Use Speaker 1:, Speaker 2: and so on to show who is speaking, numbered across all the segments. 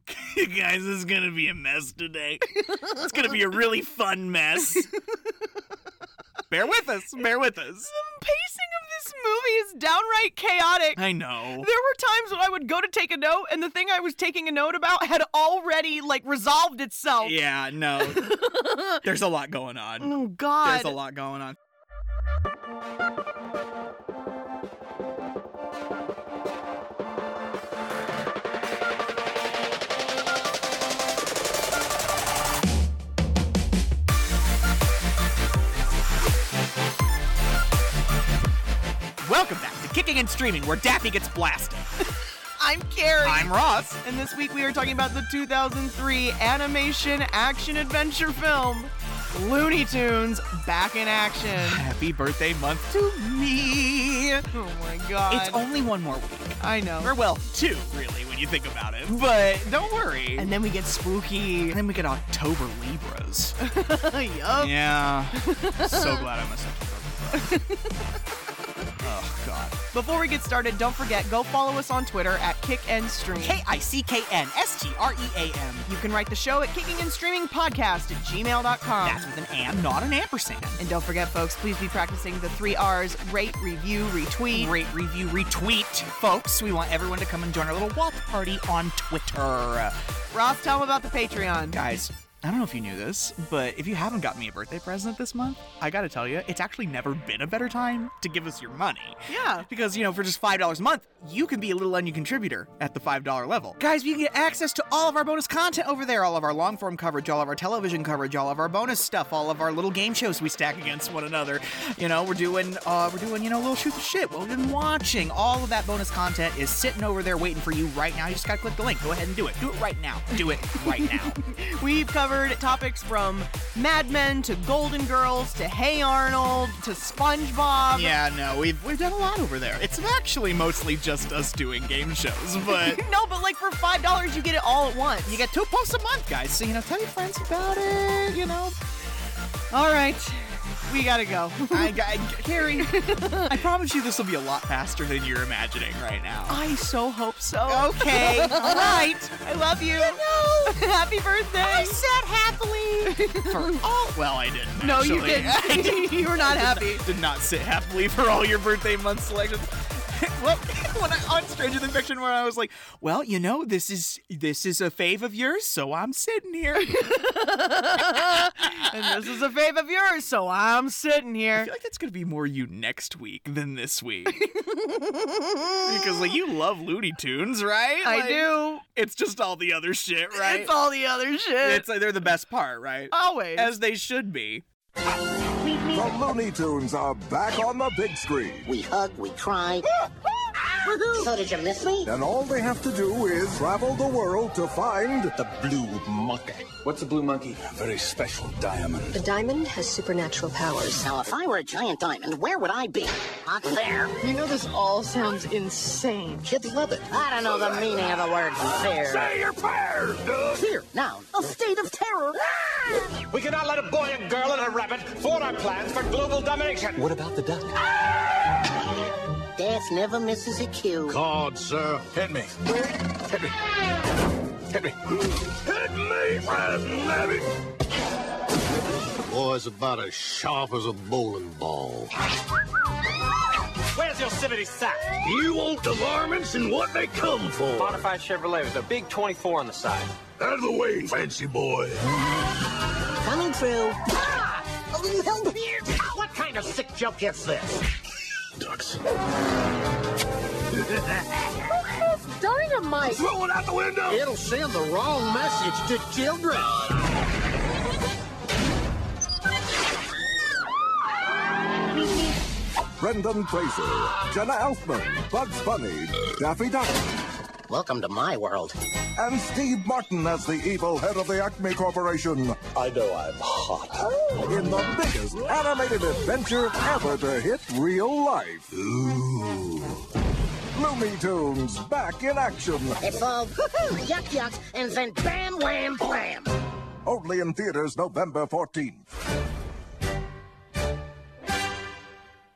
Speaker 1: you guys, this is gonna be a mess today. It's gonna be a really fun mess. bear with us. Bear with us.
Speaker 2: The pacing of this movie is downright chaotic.
Speaker 1: I know.
Speaker 2: There were times when I would go to take a note, and the thing I was taking a note about had already like resolved itself.
Speaker 1: Yeah, no. There's a lot going on.
Speaker 2: Oh
Speaker 1: There's
Speaker 2: God.
Speaker 1: a lot going on. Welcome back to Kicking and Streaming, where Daffy gets blasted.
Speaker 2: I'm Carrie.
Speaker 1: I'm Ross.
Speaker 2: and this week we are talking about the 2003 animation action adventure film Looney Tunes Back in Action.
Speaker 1: Happy birthday month to me.
Speaker 2: Oh my God.
Speaker 1: It's only one more week.
Speaker 2: I know.
Speaker 1: Or, well, two, really, when you think about it. But don't worry.
Speaker 2: And then we get spooky.
Speaker 1: And then we get October Libras.
Speaker 2: yup.
Speaker 1: yeah. so glad I'm a September Libra. oh, God.
Speaker 2: Before we get started, don't forget go follow us on Twitter at Kick and Stream.
Speaker 1: K I C K N S T R E A M.
Speaker 2: You can write the show at kicking and streaming podcast at gmail.com.
Speaker 1: That's with an and, not an ampersand.
Speaker 2: and don't forget, folks, please be practicing the three R's rate, review, retweet.
Speaker 1: Rate, review, retweet. Folks, we want everyone to come and join our little walk party on Twitter.
Speaker 2: Ross, tell them about the Patreon.
Speaker 1: Guys, I don't know if you knew this, but if you haven't got me a birthday present this month, I gotta tell you, it's actually never been a better time to give us your money.
Speaker 2: Yeah.
Speaker 1: Because, you know, for just $5 a month, you can be a little onion contributor at the $5 level. Guys, you can get access to all of our bonus content over there all of our long form coverage, all of our television coverage, all of our bonus stuff, all of our little game shows we stack against one another. You know, we're doing, uh, we're doing, you know, little shoot the shit, what we've been watching. All of that bonus content is sitting over there waiting for you right now. You just gotta click the link. Go ahead and do it. Do it right now. Do it right now.
Speaker 2: We've covered topics from Mad Men to Golden Girls to Hey Arnold to SpongeBob.
Speaker 1: yeah, no, we've, we've done a lot over there. It's actually mostly just us doing game shows, but.
Speaker 2: No, but like for $5, you get it all at once.
Speaker 1: You get two posts a month, guys. So, you know, tell your friends about it, you know.
Speaker 2: All right. We gotta go.
Speaker 1: I, I, Carrie, I promise you this will be a lot faster than you're imagining right now.
Speaker 2: I so hope so.
Speaker 1: Okay, all right.
Speaker 2: I love you. Happy birthday. I sat happily.
Speaker 1: For all, well, I didn't.
Speaker 2: no, you
Speaker 1: actually.
Speaker 2: didn't. you were not happy.
Speaker 1: Did not sit happily for all your birthday month selections. well, when I on Stranger Than Fiction, where I was like, "Well, you know, this is this is a fave of yours, so I'm sitting here." I feel
Speaker 2: And this is a fave of yours, so I'm sitting here.
Speaker 1: like that's gonna be more you next week than this week, because like you love Looney Tunes, right?
Speaker 2: I
Speaker 1: Like,
Speaker 2: do.
Speaker 1: It's just all the other shit, right?
Speaker 2: It's all the other shit.
Speaker 1: It's like they're the best part, right?
Speaker 2: Always.
Speaker 1: As they should be.
Speaker 3: The Looney Tunes are back on the big screen.
Speaker 4: We hug, we cry. so did you miss me?
Speaker 3: And all they have to do is travel the world to find the blue monkey.
Speaker 5: What's a blue monkey?
Speaker 3: A very special diamond.
Speaker 6: The diamond has supernatural powers.
Speaker 4: Now, if I were a giant diamond, where would I be? Not there.
Speaker 7: You know, this all sounds insane.
Speaker 4: Kids love it. I don't know the meaning of the word fear.
Speaker 3: Say your prayers, dude!
Speaker 4: Fear, noun, a state of terror. Ah!
Speaker 5: We cannot let a boy, a girl, and a rabbit thwart our plans for global domination. What about the duck?
Speaker 4: Death never misses a cue.
Speaker 3: God, sir. Hit me. Hit me. Hit me. Hit me, rabbit!
Speaker 8: Boy's about as sharp as a bowling ball.
Speaker 5: Where's Yosemite Sam?
Speaker 8: You want the varmints and what they come for.
Speaker 5: Modified Chevrolet with a big 24 on the side.
Speaker 8: Out of the way, fancy boy.
Speaker 4: Coming through. Ah! A little help here. What kind of sick joke is this?
Speaker 8: Ducks.
Speaker 7: Dynamite!
Speaker 8: Throw it out the window.
Speaker 4: It'll send the wrong message to children.
Speaker 3: Brendan Fraser, Jenna Elfman, Bugs Bunny, Daffy Duck,
Speaker 4: Welcome to my world.
Speaker 3: and Steve Martin as the evil head of the Acme Corporation. I know I'm hot. In the biggest animated adventure ever to hit real life. Ooh. Looney Tunes back in action.
Speaker 4: It's all yuck yuck and then bam wham blam.
Speaker 3: Only in theaters November 14th.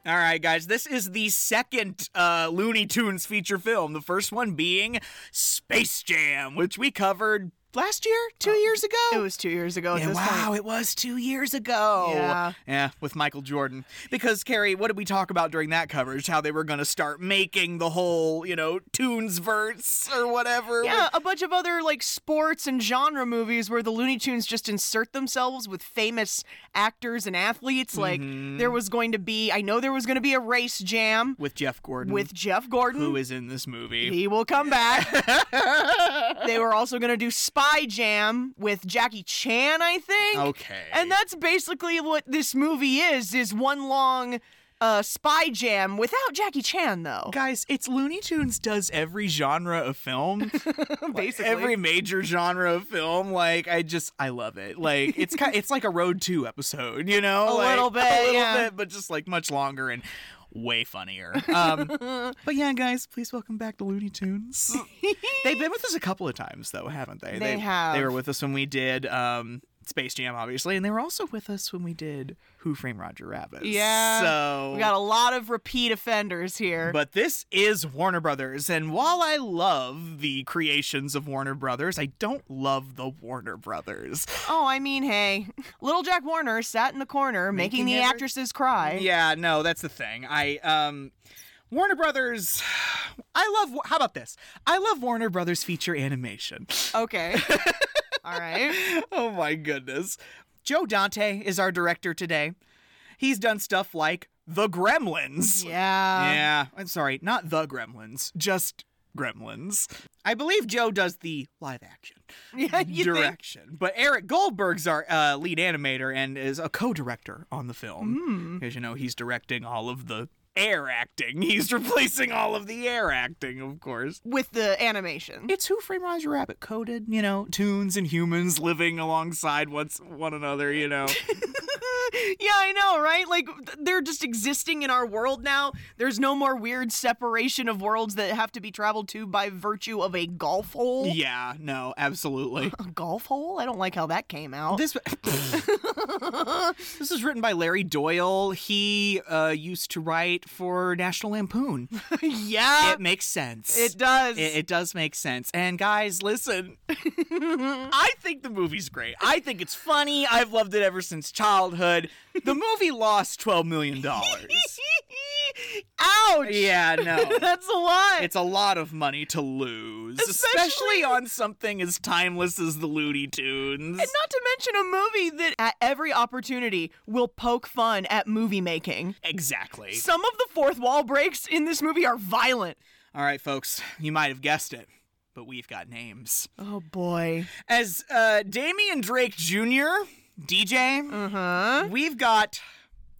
Speaker 1: All right, guys, this is the second uh, Looney Tunes feature film. The first one being Space Jam, which we covered last year? Two years ago?
Speaker 2: Oh. It was two years ago at
Speaker 1: Yeah,
Speaker 2: this
Speaker 1: wow,
Speaker 2: point.
Speaker 1: it was two years ago.
Speaker 2: Yeah.
Speaker 1: with Michael Jordan. Because, Carrie, what did we talk about during that coverage? How they were going to start making the whole, you know, Toons verse or whatever.
Speaker 2: Yeah, a bunch of other like sports and genre movies where the Looney Tunes just insert themselves with famous actors and athletes. Like
Speaker 1: Mm-hmm.
Speaker 2: there was going to be, I know there was going to be a race jam
Speaker 1: With Jeff Gordon.
Speaker 2: with Jeff Gordon.
Speaker 1: who is in this movie.
Speaker 2: He will come back. they were also going to do Spy Jam with Jackie Chan, I think.
Speaker 1: Okay.
Speaker 2: And that's basically what this movie is, is one long uh, Spy Jam without Jackie Chan, though.
Speaker 1: Guys, it's Looney Tunes does every genre of film,
Speaker 2: basically.
Speaker 1: every major genre of film. Like I just, I love it. Like it's kind, it's like a Road Two episode, you know,
Speaker 2: A
Speaker 1: Like,
Speaker 2: little bit,
Speaker 1: a little
Speaker 2: yeah.
Speaker 1: bit, but just like much longer and way funnier. Um, but yeah, guys, please welcome back to Looney Tunes. They've been with us a couple of times though, haven't they?
Speaker 2: They have.
Speaker 1: They were with us when we did. Um, Space Jam, obviously, and they were also with us when we did Who Framed Roger Rabbit.
Speaker 2: Yeah.
Speaker 1: so
Speaker 2: We got a lot of repeat offenders here.
Speaker 1: but this is Warner Brothers, and while I love the creations of Warner Brothers, I don't love the Warner Brothers.
Speaker 2: oh, I mean, hey. Little Jack Warner sat in the corner making,
Speaker 1: Making
Speaker 2: the
Speaker 1: every-
Speaker 2: actresses cry.
Speaker 1: Yeah, no, that's the thing. I um Warner Brothers I love how about this? I love Warner Brothers feature animation.
Speaker 2: Okay. All right.
Speaker 1: oh my goodness. Joe Dante is our director today. He's done stuff like The Gremlins.
Speaker 2: Yeah.
Speaker 1: yeah, I'm sorry, not The Gremlins, just Gremlins. I believe Joe does the live action.
Speaker 2: Yeah, you think?
Speaker 1: direction. But Eric Goldberg's our uh, lead animator and is a co-director on the film
Speaker 2: Hmm.
Speaker 1: because you know he's directing all of the air acting. He's replacing all of the air acting, of course.
Speaker 2: With the animation.
Speaker 1: It's Who Framed Roger Rabbit coded, you know, tunes and humans living alongside what's one another, you know.
Speaker 2: Yeah, I know, right? Like th- they're just existing in our world now. There's no more weird separation of worlds that have to be traveled to by virtue of a golf hole.
Speaker 1: yeah, no, absolutely.
Speaker 2: A golf hole? I don't like how that came out.
Speaker 1: This this is written by Larry Doyle. He uh, used to write for National Lampoon.
Speaker 2: yeah,
Speaker 1: it makes sense.
Speaker 2: it does.
Speaker 1: It, it does make sense. And guys, listen, I think the movie's great. I think it's funny. I've loved it ever since childhood. The movie lost $12 million.
Speaker 2: Ouch.
Speaker 1: yeah, no.
Speaker 2: That's a lot.
Speaker 1: It's a lot of money to lose, especially,
Speaker 2: Especially-
Speaker 1: on something as timeless as the Looney Tunes.
Speaker 2: and not to mention a movie that at every opportunity will poke fun at movie making.
Speaker 1: exactly.
Speaker 2: Some of the fourth wall breaks in this movie are violent.
Speaker 1: All right, folks, you might have guessed it, but we've got names.
Speaker 2: Oh boy.
Speaker 1: As uh, Damian Drake Jr., DJ,
Speaker 2: Uh huh.
Speaker 1: We've got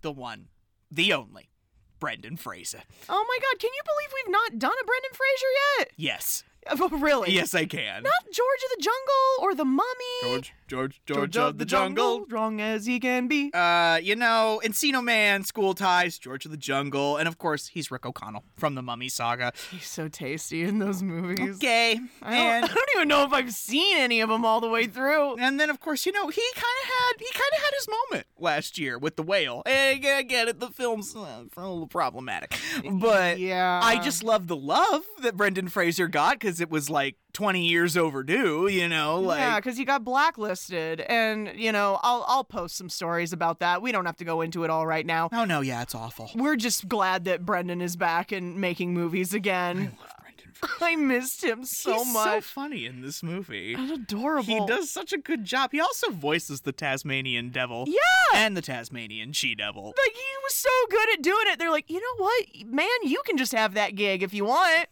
Speaker 1: the one, the only, Brendan Fraser.
Speaker 2: Oh my god, can you believe we've not done a Brendan Fraser
Speaker 1: Yes.
Speaker 2: yet? really?
Speaker 1: Yes, I can.
Speaker 2: Not George of the Jungle or The Mummy.
Speaker 1: George,
Speaker 2: Strong as he can be.
Speaker 1: Uh, you know, Encino Man, School Ties, George of the Jungle, and of course, he's Rick O'Connell from the Mummy Saga.
Speaker 2: He's so tasty in those movies.
Speaker 1: Okay.
Speaker 2: I, don't, I
Speaker 1: And
Speaker 2: don't even know if I've seen any of them all the way through.
Speaker 1: and then of course, you know, he kind of had he kind of had his moment last year with the whale. And I get it, the film's uh, a little problematic. But
Speaker 2: yeah.
Speaker 1: I just love the love that Brendan Fraser got because it was like 20 years overdue, you know? Like,
Speaker 2: yeah, because he got blacklisted, and you know, I'll I'll post some stories about that. We don't have to go into it all right now.
Speaker 1: oh no, yeah, it's awful.
Speaker 2: We're just glad that Brendan is back and making movies again.
Speaker 1: I love Brendan Fraser.
Speaker 2: I missed him so
Speaker 1: He's so
Speaker 2: much.
Speaker 1: funny in this movie.
Speaker 2: That's adorable.
Speaker 1: He does such a good job. He also voices the Tasmanian devil. Yeah!
Speaker 2: Ah!
Speaker 1: And the Tasmanian she devil.
Speaker 2: like he was so good at doing it. They're like, you know what, man, you can just have that gig if you want.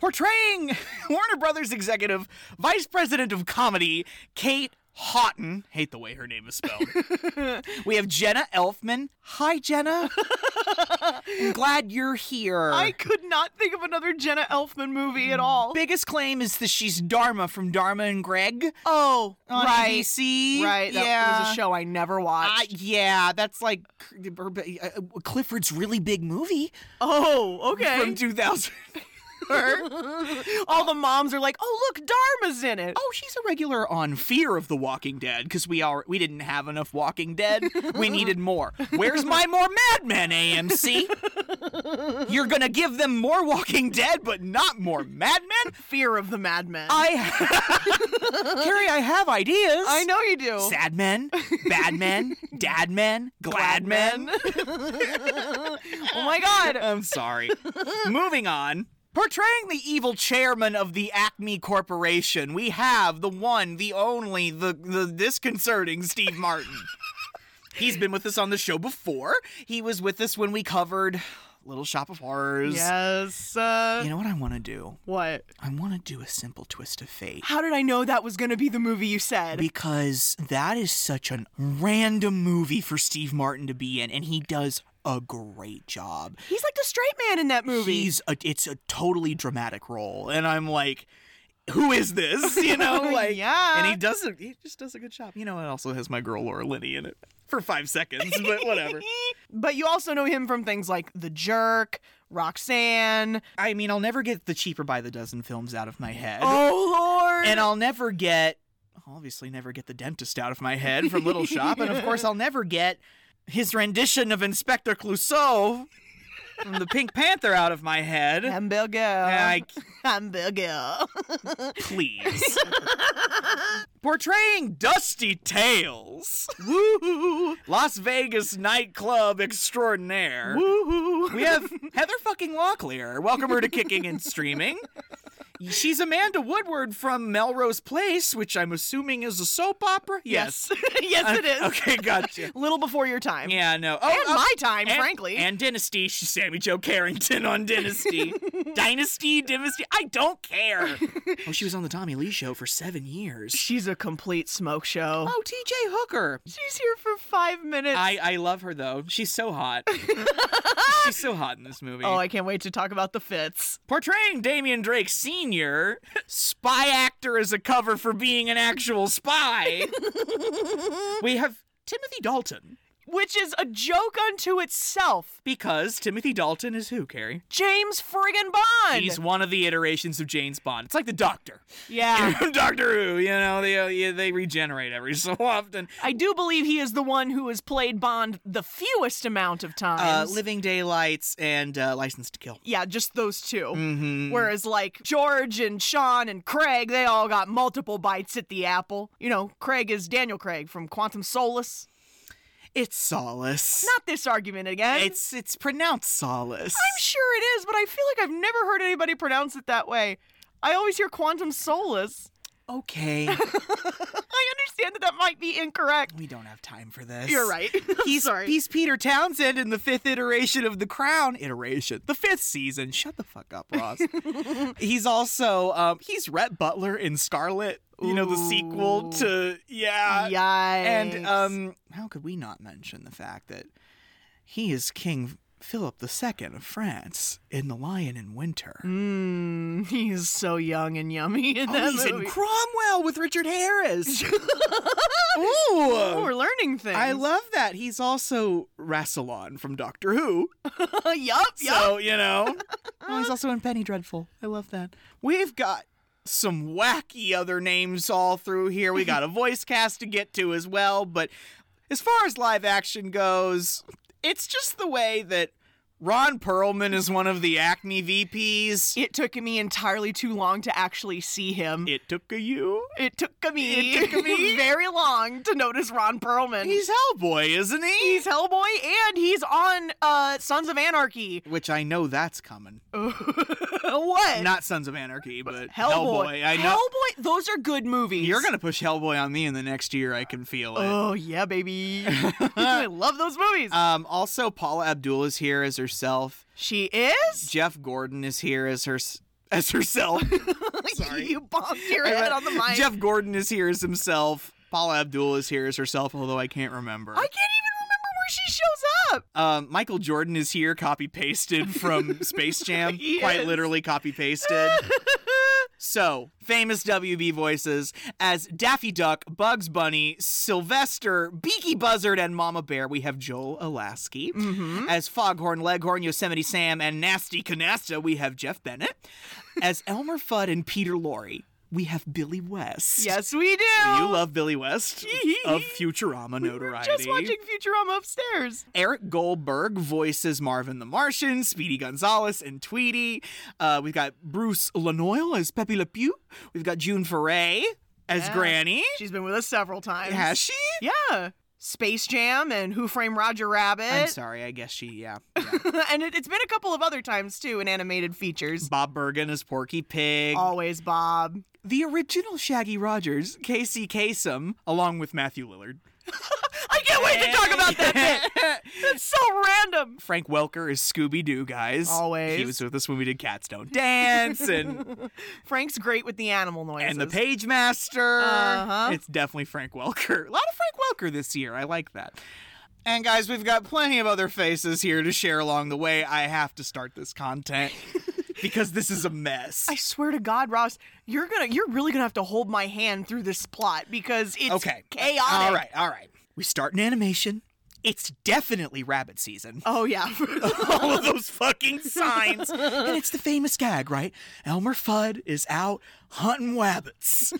Speaker 1: Portraying Warner Brothers executive vice president of comedy, Kate Houghton. Hate the way her name is spelled. we have Jenna Elfman. Hi, Jenna. I'm glad you're here.
Speaker 2: I could not think of another Jenna Elfman movie at all.
Speaker 1: biggest claim is that she's Dharma from Dharma and Greg
Speaker 2: oh,
Speaker 1: on
Speaker 2: right,
Speaker 1: ABC.
Speaker 2: right. That
Speaker 1: yeah.
Speaker 2: was a show I never
Speaker 1: Uh,
Speaker 2: watched.
Speaker 1: yeah, that's like uh, Clifford's really big movie
Speaker 2: oh, okay.
Speaker 1: from 2000.
Speaker 2: All the moms are like, "Oh, look, Dharma's in it."
Speaker 1: Oh, she's a regular on Fear of the Walking Dead because we are we didn't have enough Walking Dead. we needed more. Where's my more Mad Men AMC? You're gonna give them more Walking Dead, but not more Mad Men.
Speaker 2: Fear of the madmen.
Speaker 1: I, Carrie, I have ideas.
Speaker 2: I know you do.
Speaker 1: Sad men, bad men, dad men, glad men.
Speaker 2: Oh my god.
Speaker 1: I'm sorry. Moving on. Portraying the evil chairman of the Acme Corporation, we have the one, the only, the, the disconcerting Steve Martin. He's been with us on the show before. He was with us when we covered Little Shop of Horrors.
Speaker 2: Yes. Uh,
Speaker 1: You know what I want to do?
Speaker 2: what?
Speaker 1: I want to do a simple twist of fate.
Speaker 2: How did I know that was going to be the movie you said?
Speaker 1: Because that is such a random movie for Steve Martin to be in, and he does a great job.
Speaker 2: He's like the straight man in that movie.
Speaker 1: He's a, it's a totally dramatic role, and I'm like, who is this? You know, like,
Speaker 2: Yeah.
Speaker 1: And he does it. He just does a good job. You know, it also has my girl Laura Linney in it for five seconds, but whatever.
Speaker 2: But you also know him from things like The Jerk, Roxanne.
Speaker 1: I mean, I'll never get the cheaper by the dozen films out of my head,
Speaker 2: Oh Lord!
Speaker 1: and I'll never get, I'll obviously, never get the dentist out of my head from Little Shop, and of course, I'll never get his rendition of Inspector Clouseau from the Pink Panther out of my head.
Speaker 2: hamburger.
Speaker 1: I-
Speaker 2: hamburger.
Speaker 1: please. Portraying Dusty Tails. Woo! Las Vegas nightclub extraordinaire. Woo! We have Heather fucking Locklear. Welcome her to Kicking and Streaming. She's Amanda Woodward from Melrose Place, which I'm assuming is a soap opera. Yes. Uh,
Speaker 2: yes, it is.
Speaker 1: okay, gotcha.
Speaker 2: Little before your time.
Speaker 1: Yeah, no. Oh,
Speaker 2: And
Speaker 1: oh,
Speaker 2: my time,
Speaker 1: and-
Speaker 2: frankly.
Speaker 1: And Dynasty. She's Sammy Joe Carrington on Dynasty. Dynasty, Dynasty. I don't care. oh, she was on the Tommy Lee show for seven years.
Speaker 2: She's a complete smoke show.
Speaker 1: Oh, TJ Hooker.
Speaker 2: She's here for five minutes.
Speaker 1: I, I love her though. She's so hot. She's so hot in this movie.
Speaker 2: oh, I can't wait to talk about the fits.
Speaker 1: Portraying Damian Drake Sr., spy actor as a cover for being an actual spy. we have Timothy Dalton.
Speaker 2: Which is a joke unto itself.
Speaker 1: Because Timothy Dalton is who, Carrie?
Speaker 2: James friggin' Bond.
Speaker 1: He's one of the iterations of James Bond. It's like the Doctor. Ah.
Speaker 2: yeah.
Speaker 1: Doctor Who, you know, they uh, yeah, they regenerate every so often.
Speaker 2: I do believe he is the one who has played Bond the fewest amount of
Speaker 1: Uh,
Speaker 2: times.
Speaker 1: Living Daylights and uh, License to Kill.
Speaker 2: yeah, just those 2
Speaker 1: Mm-hmm. Mm.
Speaker 2: Whereas, like, George and Sean and Craig, they all got multiple bites at the apple. You know, Craig is Daniel Craig from Quantum Solace.
Speaker 1: It's Solace.
Speaker 2: Not this argument again.
Speaker 1: It's it's pronounced Solace.
Speaker 2: I'm sure it is, but I feel like I've never heard anybody pronounce it that way. I always hear Quantum Solace.
Speaker 1: okay,
Speaker 2: I understand that that might be incorrect.
Speaker 1: we don't have time for this.
Speaker 2: You're right. I'm
Speaker 1: He's,
Speaker 2: sorry.
Speaker 1: he's Peter Townsend in the fifth iteration of The Crown. Iteration. The fifth season. Shut the fuck up, Ross. he's also, um, he's Rhett Butler in Scarlet, you know, the sequel to, yeah.
Speaker 2: Yikes.
Speaker 1: Uh, And um, how could we not mention the fact that he is King Philip II of France in The Lion in Winter?
Speaker 2: he's so young and yummy in
Speaker 1: um, Oh,
Speaker 2: that
Speaker 1: he's in
Speaker 2: movie.
Speaker 1: Cromwell with Richard Harris. Ooh.
Speaker 2: Oh, we're learning things.
Speaker 1: I love that. He's also Rassilon from Doctor Who.
Speaker 2: yup, yup.
Speaker 1: So, you know. oh, he's also in Penny Dreadful. I love that. We've got some wacky other names all through here. We got a voice cast to get to as well, but as far as live action goes, it's just the way that Ron Perlman is one of the Acme VPs.
Speaker 2: It took me entirely too long to actually see him. It,
Speaker 1: It took a you.
Speaker 2: took me,
Speaker 1: It took me-
Speaker 2: very long to notice Ron Perlman.
Speaker 1: He's Hellboy, isn't he?
Speaker 2: He's Hellboy and he's on uh, Sons of Anarchy.
Speaker 1: Which I know that's coming.
Speaker 2: what?
Speaker 1: Not Sons of Anarchy, but
Speaker 2: Hellboy.
Speaker 1: I know.
Speaker 2: Hellboy. Those are good movies.
Speaker 1: You're going to push Hellboy on me in the next year. I can feel it.
Speaker 2: Oh yeah, baby. I love those movies.
Speaker 1: Um, also, Paula Abdul is here as herself.
Speaker 2: she is.
Speaker 1: Jeff Gordon is here as her as herself. Sorry.
Speaker 2: you bonked your head on the mic.
Speaker 1: Jeff Gordon is here as himself. Paula Abdul is here as herself, although I can't remember.
Speaker 2: I can't even remember where she shows up.
Speaker 1: Um, Michael Jordan is here, copy pasted from Space Jam.
Speaker 2: He
Speaker 1: Quite
Speaker 2: is.
Speaker 1: literally copy pasted. So, famous WB voices as Daffy Duck, Bugs Bunny, Sylvester, Beaky Buzzard, and Mama Bear. We have Joel Alasky.
Speaker 2: Mm-hmm.
Speaker 1: As Foghorn, Leghorn, Yosemite Sam, and Nasty Canasta, we have Jeff Bennett. As Elmer Fudd and Peter Lorre, we have Billy West.
Speaker 2: Yes, we do.
Speaker 1: You love Billy West of Futurama notoriety.
Speaker 2: Just watching Futurama upstairs.
Speaker 1: Eric Goldberg voices Marvin the Martian, Speedy Gonzalez, and Tweety. Uh, we've got Bruce Lanoil as Pepe Le Pew. We've got June Foray as Granny.
Speaker 2: She's been with us several times.
Speaker 1: Has she?
Speaker 2: Yeah. Space Jam and Who Framed Roger Rabbit.
Speaker 1: I'm sorry, I guess she, yeah. yeah.
Speaker 2: and it, it's been a couple of other times too in animated features.
Speaker 1: Bob Bergen as Porky Pig.
Speaker 2: Always Bob.
Speaker 1: The original Shaggy Rogers, Casey Kasem, along with Matthew Lillard.
Speaker 2: I can't wait to talk about that bit. It's so random.
Speaker 1: Frank Welker is Scooby Doo, guys.
Speaker 2: Always.
Speaker 1: He was with us when we did Cats Don't Dance and,
Speaker 2: Frank's great with the animal noises.
Speaker 1: and The Page Master.
Speaker 2: Uh-huh.
Speaker 1: It's definitely Frank Welker. A lot of Frank Welker this year. I like that. And guys, we've got plenty of other faces here to share along the way. I have to start this content because this is a mess.
Speaker 2: I swear to God, Ross, you're gonna you're really gonna have to hold my hand through this plot because it's
Speaker 1: okay.
Speaker 2: chaotic.
Speaker 1: All right, all right. We start in animation. It's definitely rabbit season.
Speaker 2: Oh yeah.
Speaker 1: all of those fucking signs. and it's the famous gag, right? Elmer Fudd is out hunting wabbits.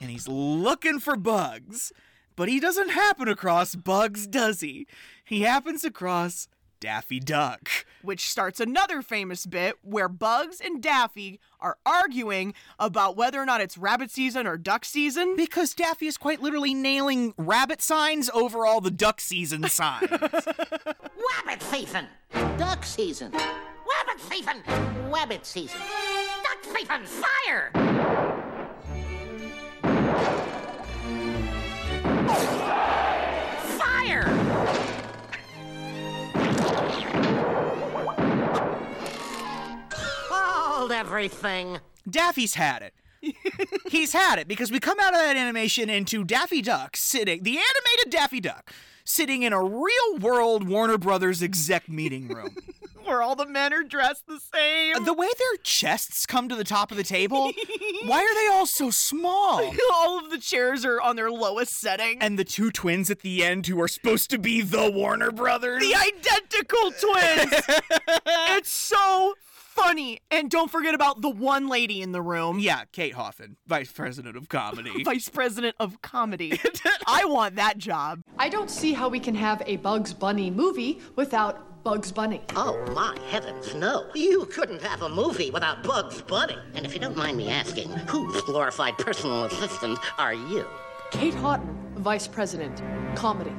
Speaker 1: and he's looking for bugs. But he doesn't happen across bugs, does he? He happens across Daffy Duck.
Speaker 2: Which starts another famous bit where Bugs and Daffy are arguing about whether or not it's rabbit season or duck season.
Speaker 1: Because Daffy is quite literally nailing rabbit signs over all the duck season signs.
Speaker 4: Wabbit thiefin', duck season. Wabbit thiefin', wabbit season. Duck thiefin', fire! Fire! Hold everything.
Speaker 1: Daffy's had it. He's had it because we come out of that animation into Daffy Duck sitting, the animated Daffy Duck, sitting in a real world Warner Brothers exec meeting room.
Speaker 2: Where all the men are dressed the same.
Speaker 1: the way their chests come to the top of the table, why are they all so small?
Speaker 2: all of the chairs are on their lowest setting.
Speaker 1: And the two twins at the end who are supposed to be the Warner Brothers.
Speaker 2: the identical twins. it's so funny. And don't forget about the one lady in the room,
Speaker 1: yeah, Kate Hoffman, vice president of comedy.
Speaker 2: vice president of comedy. I want that job.
Speaker 7: I don't see how we can have a Bugs Bunny movie without Bugs Bunny.
Speaker 4: Oh, my heavens, no. You couldn't have a movie without Bugs Bunny. And if you don't mind me asking, whose glorified personal assistant are you?
Speaker 7: Kate Houghton, Vice President, Comedy.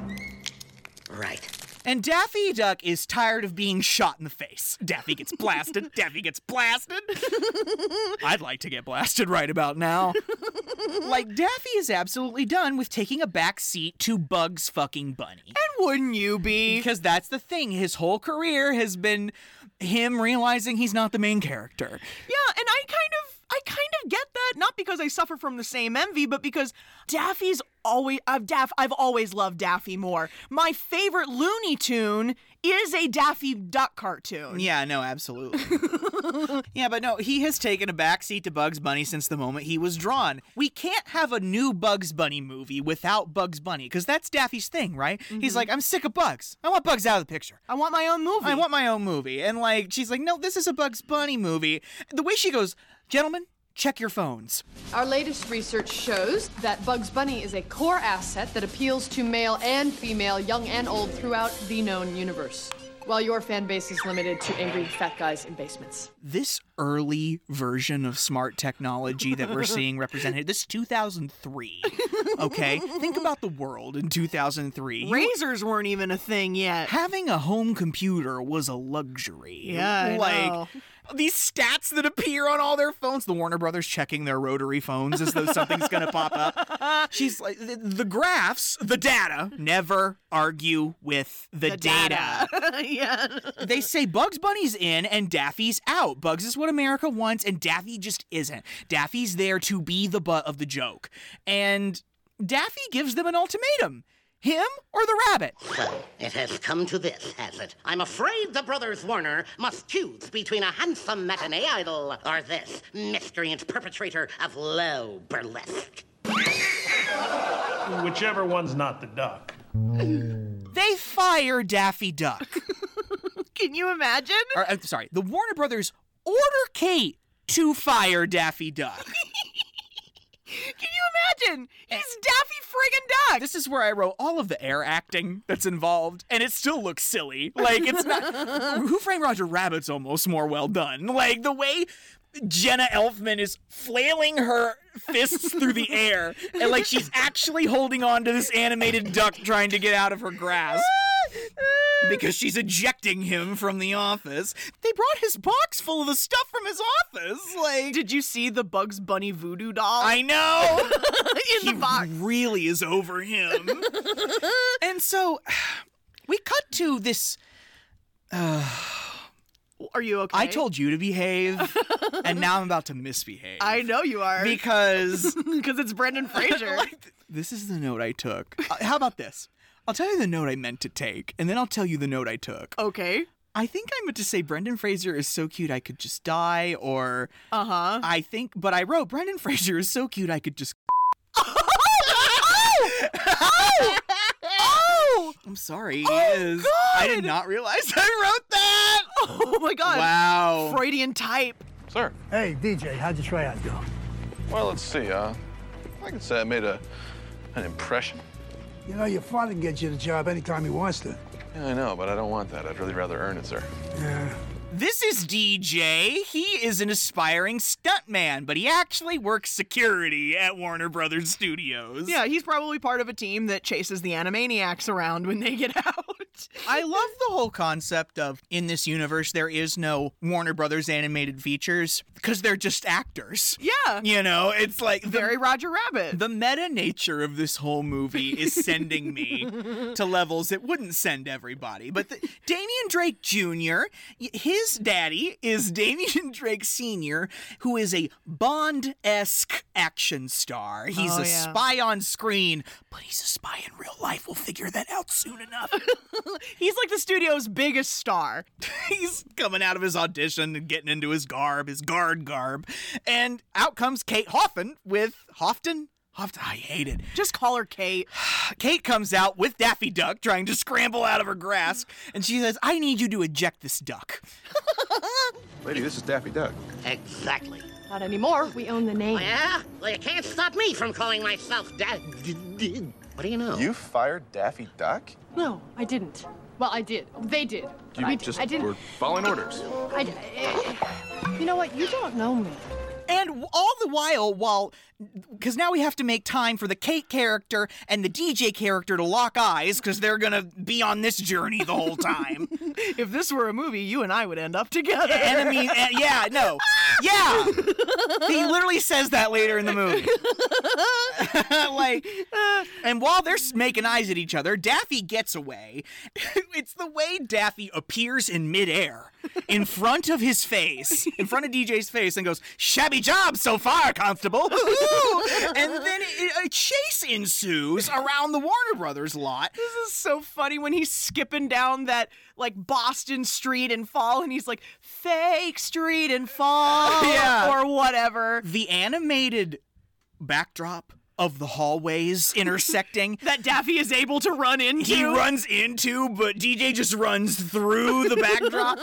Speaker 4: Right.
Speaker 1: And Daffy Duck is tired of being shot in the face. Daffy gets blasted. Daffy gets blasted. I'd like to get blasted right about now. like, Daffy is absolutely done with taking a back seat to Bugs fucking Bunny.
Speaker 2: And wouldn't you be?
Speaker 1: Because that's the thing. His whole career has been him realizing he's not the main character.
Speaker 2: Yeah, and I kind of I kind of get that, not because I suffer from the same envy, but because Daffy's always I've Daff I've always loved Daffy more. My favorite Looney Tune is a Daffy Duck cartoon.
Speaker 1: Yeah, no, absolutely. yeah, but no, he has taken a backseat to Bugs Bunny since the moment he was drawn. We can't have a new Bugs Bunny movie without Bugs Bunny, because that's Daffy's thing, right? He's like, I'm sick of Bugs. I want Bugs out of the picture.
Speaker 2: Mm-hmm. I want my own movie.
Speaker 1: I want my own movie. And like, she's like, no, this is a Bugs Bunny movie. The way she goes, gentlemen, check your phones.
Speaker 7: Our latest research shows that Bugs Bunny is a core asset that appeals to male and female, young and old, throughout the known universe. While your fan base is limited to angry fat guys in basements.
Speaker 1: This early version of smart technology that we're seeing represented, this is 2003. Okay? Think about the world in 2003. You
Speaker 2: Razors weren't even a thing yet.
Speaker 1: having a home computer was a luxury.
Speaker 2: Yeah, I
Speaker 1: like
Speaker 2: know.
Speaker 1: these stats that appear on all their phones. The Warner Brothers checking their rotary phones as though something's going to pop up. She's like the, the graphs, the data. Never argue with the, data.
Speaker 2: yeah.
Speaker 1: they say Bugs Bunny's in and Daffy's out. Bugs is what America wants, and Daffy just isn't. Daffy's there to be the butt of the joke, and Daffy gives them an ultimatum. Him or the rabbit?
Speaker 4: So, it has come to this, has it? I'm afraid the brothers Warner must choose between a handsome matinee idol or this miscreant perpetrator of low burlesque.
Speaker 8: Whichever one's not the duck.
Speaker 1: They fire Daffy Duck.
Speaker 2: Can you imagine?
Speaker 1: or, I'm sorry, the Warner Brothers order Kate to fire Daffy Duck.
Speaker 2: Can you imagine? He's Daffy friggin' Duck.
Speaker 1: this is where I wrote all of the air acting that's involved, and it still looks silly. Like it's not Who Framed Roger Rabbit's almost more well done. Like the way Jenna Elfman is flailing her fists through the air, and like she's actually holding on to this animated duck trying to get out of her grasp. Because she's ejecting him from the office. They brought his box full of the stuff from his office. Like,
Speaker 2: Did you see the Bugs Bunny voodoo doll?
Speaker 1: I know!
Speaker 2: in the box.
Speaker 1: really is over him. and so we cut to this
Speaker 2: Are you okay?
Speaker 1: I told you to behave, and now I'm about to misbehave.
Speaker 2: I know you are.
Speaker 1: Because
Speaker 2: Because it's Brendan Fraser.
Speaker 1: this is the note I took. Uh, How about this? I'll tell you the note I meant to take, and then I'll tell you the note I took.
Speaker 2: okay.
Speaker 1: I think I meant to say Brendan Fraser is so cute I could just die, or
Speaker 2: Uh huh.
Speaker 1: I think, but I wrote Brendan Fraser is so cute I could just.
Speaker 2: Oh!
Speaker 1: I'm sorry. Oh, I did not realize I wrote that.
Speaker 2: Oh my god.
Speaker 1: Wow.
Speaker 2: Freudian type.
Speaker 9: Sir.
Speaker 10: Hey, DJ, how'd your tryout go?
Speaker 9: Well, let's see. Uh, I can say I made a an impression.
Speaker 10: You know, your father can get you the job anytime he wants to.
Speaker 9: Yeah, I know, but I don't want that. I'd really rather earn it, sir.
Speaker 10: Yeah.
Speaker 1: This is DJ. He is an aspiring stuntman, but he actually works security at Warner Brothers Studios.
Speaker 2: Yeah, he's probably part of a team that chases the animaniacs around when they get out.
Speaker 1: I love the whole concept of in this universe, there is no Warner Brothers animated features because they're just actors.
Speaker 2: yeah.
Speaker 1: You know, it's like the,
Speaker 2: Very Roger Rabbit.
Speaker 1: the meta nature of this whole movie is sending me to levels it wouldn't send everybody. But the, Damian Drake Jr., y- his daddy is Damian Drake Sr., who is a Bond esque action star. He's
Speaker 2: Oh,
Speaker 1: a
Speaker 2: yeah.
Speaker 1: spy on screen, but he's a spy in real life. We'll figure that out soon enough.
Speaker 2: he's like the studio's biggest star.
Speaker 1: he's coming out of his audition and getting into his garb, his guard garb. And out comes Kate Hoffman with Hofton. Hofton, I hate it.
Speaker 2: Just call her Kate.
Speaker 1: Kate comes out with Daffy Duck trying to scramble out of her grasp, and she says, I need you to eject this duck.
Speaker 9: Lady, this is Daffy Duck.
Speaker 4: Exactly.
Speaker 7: Not anymore. We own the name.
Speaker 4: Yeah? Well, you can't stop me from calling myself Dad. What do you know?
Speaker 9: You fired Daffy Duck?
Speaker 7: No, I didn't. Well, I did. They did. I, d- I didn't.
Speaker 9: following orders.
Speaker 7: I d- eh, you know what? You don't know me.
Speaker 1: And w- all the while, while, because now we have to make time for the Kate character and the DJ character to lock eyes, because they're gonna be on this journey the whole time.
Speaker 2: If this were a movie, you and I would end up together.
Speaker 1: and I mean, and- eh, yeah, no, yeah. He literally says that later in the movie. like, uh, and while they're s- making eyes at each other, Daffy gets away. it's the way Daffy appears in midair, in front of his face, in front of DJ's face, and goes, "Shabby job so far, Constable." Ooh. and then it, a chase ensues around the Warner Brothers lot.
Speaker 2: This is so funny when he's skipping down that like Boston Street and Fall, and he's like fake Street and Fall,
Speaker 1: Yeah.
Speaker 2: or whatever.
Speaker 1: The animated backdrop of the hallways intersecting
Speaker 2: That Daffy is able to run into.
Speaker 1: he runs into, but DJ just runs through the backdrop.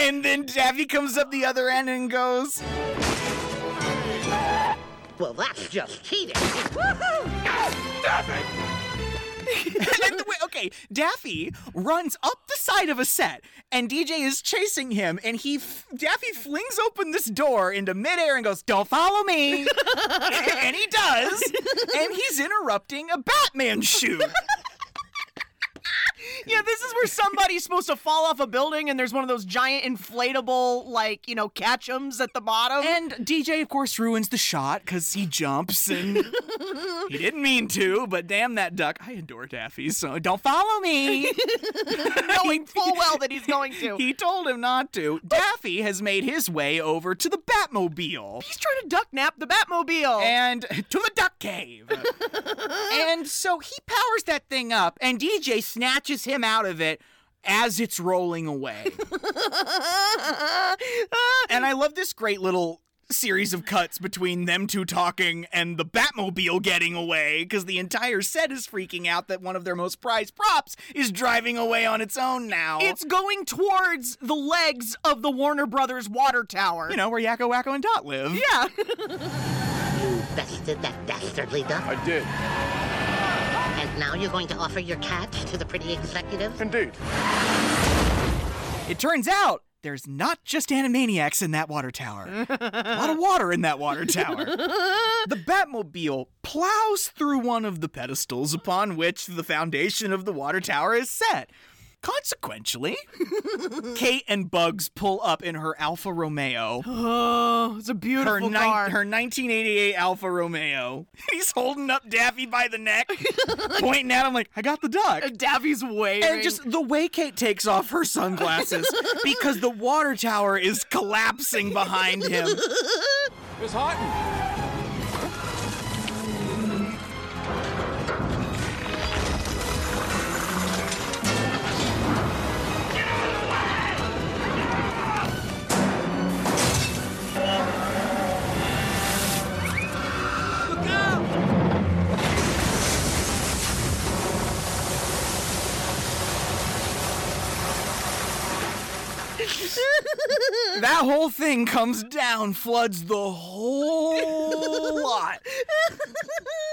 Speaker 1: and then Daffy comes up the other end and goes,
Speaker 4: Well, that's just cheating.
Speaker 1: and the way- okay, Daffy runs up the side of a set, and DJ is chasing him, and he f- Daffy flings open this door into midair and goes, "Don't follow me," and he does, and he's interrupting a Batman shoot.
Speaker 2: Yeah, this is where somebody's supposed to fall off a building and there's one of those giant inflatable, like, you know, catchums at the bottom.
Speaker 1: And DJ, of course, ruins the shot because he jumps and he didn't mean to, but damn that duck. I adore Daffy, so don't follow me.
Speaker 2: Knowing full well that he's going to.
Speaker 1: he told him not to. Daffy has made his way over to the Batmobile
Speaker 2: He's trying to duck nap the Batmobile.
Speaker 1: and to the duck cave. and so he powers that thing up, and DJ snatches him out of it as it's rolling away. and I love this great little series of cuts between them two talking and the Batmobile getting away because the entire set is freaking out that one of their most prized props is driving away on its own now.
Speaker 2: it's going towards the legs of the Warner Brothers water tower.
Speaker 1: you know where Yakko, Wacko, and Dot live.
Speaker 2: Yeah.
Speaker 4: You bested that dastardly duck,
Speaker 9: I did.
Speaker 4: and now you're going to offer your cat to the pretty executive?
Speaker 9: Indeed.
Speaker 1: It turns out there's not just animaniacs in that water tower. A lot of water in that water tower. the Batmobile plows through one of the pedestals upon which the foundation of the water tower is set. Consequently, Kate and Bugs pull up in her Alfa Romeo,
Speaker 2: Oh, it's a
Speaker 1: her,
Speaker 2: beautiful
Speaker 1: ni-
Speaker 2: car.
Speaker 1: her 1988 Alfa Romeo. He's holding up Daffy by the neck, pointing at him like, I got the duck.
Speaker 2: Daffy's waving.
Speaker 1: And just the way Kate takes off her sunglasses because the water tower is collapsing behind him.
Speaker 5: Miss Horton,
Speaker 1: That whole thing comes down, floods the whole lot.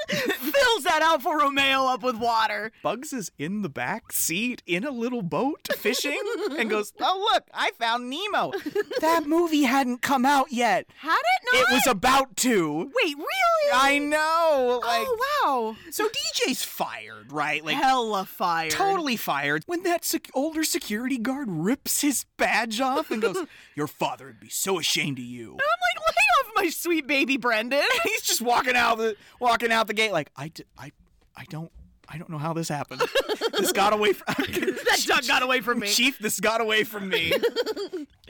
Speaker 2: fills that Alfa Romeo up with water.
Speaker 1: Bugs is in the back seat in a little boat fishing and goes, Oh, look, I found Nemo. That movie hadn't come out yet.
Speaker 2: Had it not?
Speaker 1: It was about to.
Speaker 2: Wait, really?
Speaker 1: I know. Like,
Speaker 2: oh wow!
Speaker 1: so DJ's fired, right? Like,
Speaker 2: Hella fire.
Speaker 1: totally fired when that sec- older security guard rips his badge off and goes, "Your father would be so ashamed of you."
Speaker 2: I'm like, lay off my sweet baby, Brendan.
Speaker 1: He's just walking out the walking out the gate like, "I d- I I don't I don't know how this happened. this got away from
Speaker 2: that duck got away from me.
Speaker 1: Chief, this got away from me."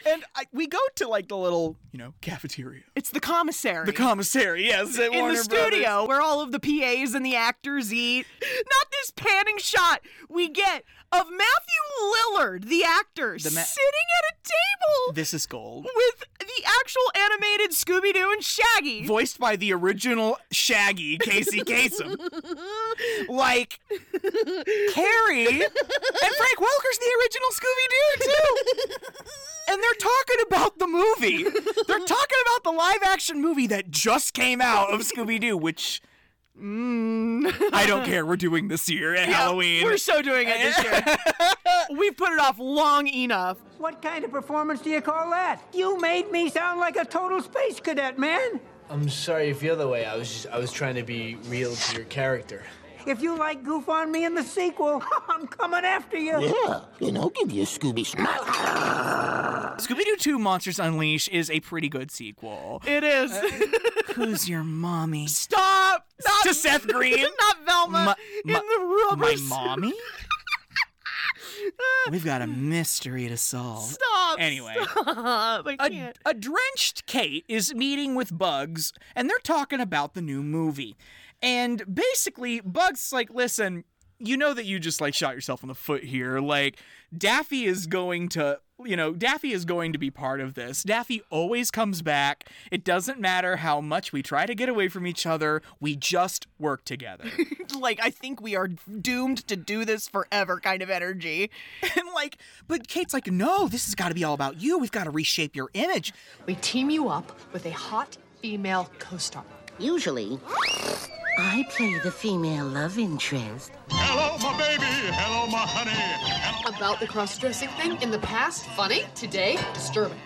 Speaker 1: and I, we go to like the little, you know, cafeteria.
Speaker 2: It's the commissary.
Speaker 1: The commissary, yes, at
Speaker 2: in
Speaker 1: Warner
Speaker 2: the studio
Speaker 1: Brothers.
Speaker 2: where all of the PAs and the actors eat. Not this panning shot we get of Matthew Lillard, the actor,
Speaker 1: The ma-
Speaker 2: sitting at a table
Speaker 1: This is gold.
Speaker 2: with the actual animated Scooby Doo and Shaggy.
Speaker 1: voiced by the original Shaggy, Casey Kasem. like Carrie and Frank Welker's the original Scooby Doo too. And they're talking about the movie. They're talking about the live action movie that just came out of Scooby Doo, which mm, I don't care. We're doing this year at Halloween.
Speaker 2: We're so doing it this year. We've put it off long enough.
Speaker 11: What kind of performance do you call that? You made me sound like a total space cadet, man.
Speaker 12: I'm sorry if you're the way. I was just, I was trying to be real to your character.
Speaker 11: If you like goof on me in the sequel, I'm coming after you.
Speaker 4: Yeah, and I'll give you a Scooby Snack.
Speaker 1: Scooby Doo 2 Monsters Unleashed is a pretty good sequel.
Speaker 2: It is.
Speaker 1: Who's your mommy?
Speaker 2: Stop! Not,
Speaker 1: to Seth Green.
Speaker 2: not Velma.
Speaker 1: My- my-
Speaker 2: in the rubber
Speaker 1: My
Speaker 2: suit.
Speaker 1: mommy? We've got a mystery to solve.
Speaker 2: Stop.
Speaker 1: Anyway.
Speaker 2: Stop. I
Speaker 1: A,
Speaker 2: can't.
Speaker 1: a drenched Kate is meeting with Bugs, and they're talking about the new movie. And basically, Bugs is like, listen, you know that you just like shot yourself in the foot here. Like, Daffy is going to, you know, Daffy is going to be part of this. Daffy always comes back. It doesn't matter how much we try to get away from each other, we just work together.
Speaker 2: like, I think we are doomed to do this forever kind of energy.
Speaker 1: and like, but Kate's like, no, this has got to be all about you. We've got to reshape your image.
Speaker 7: We team you up with a hot female co-star.
Speaker 4: Usually, I play the female love interest.
Speaker 8: Hello, my baby. Hello, my honey.
Speaker 7: About the cross-dressing thing in the past, funny. Today, disturbing.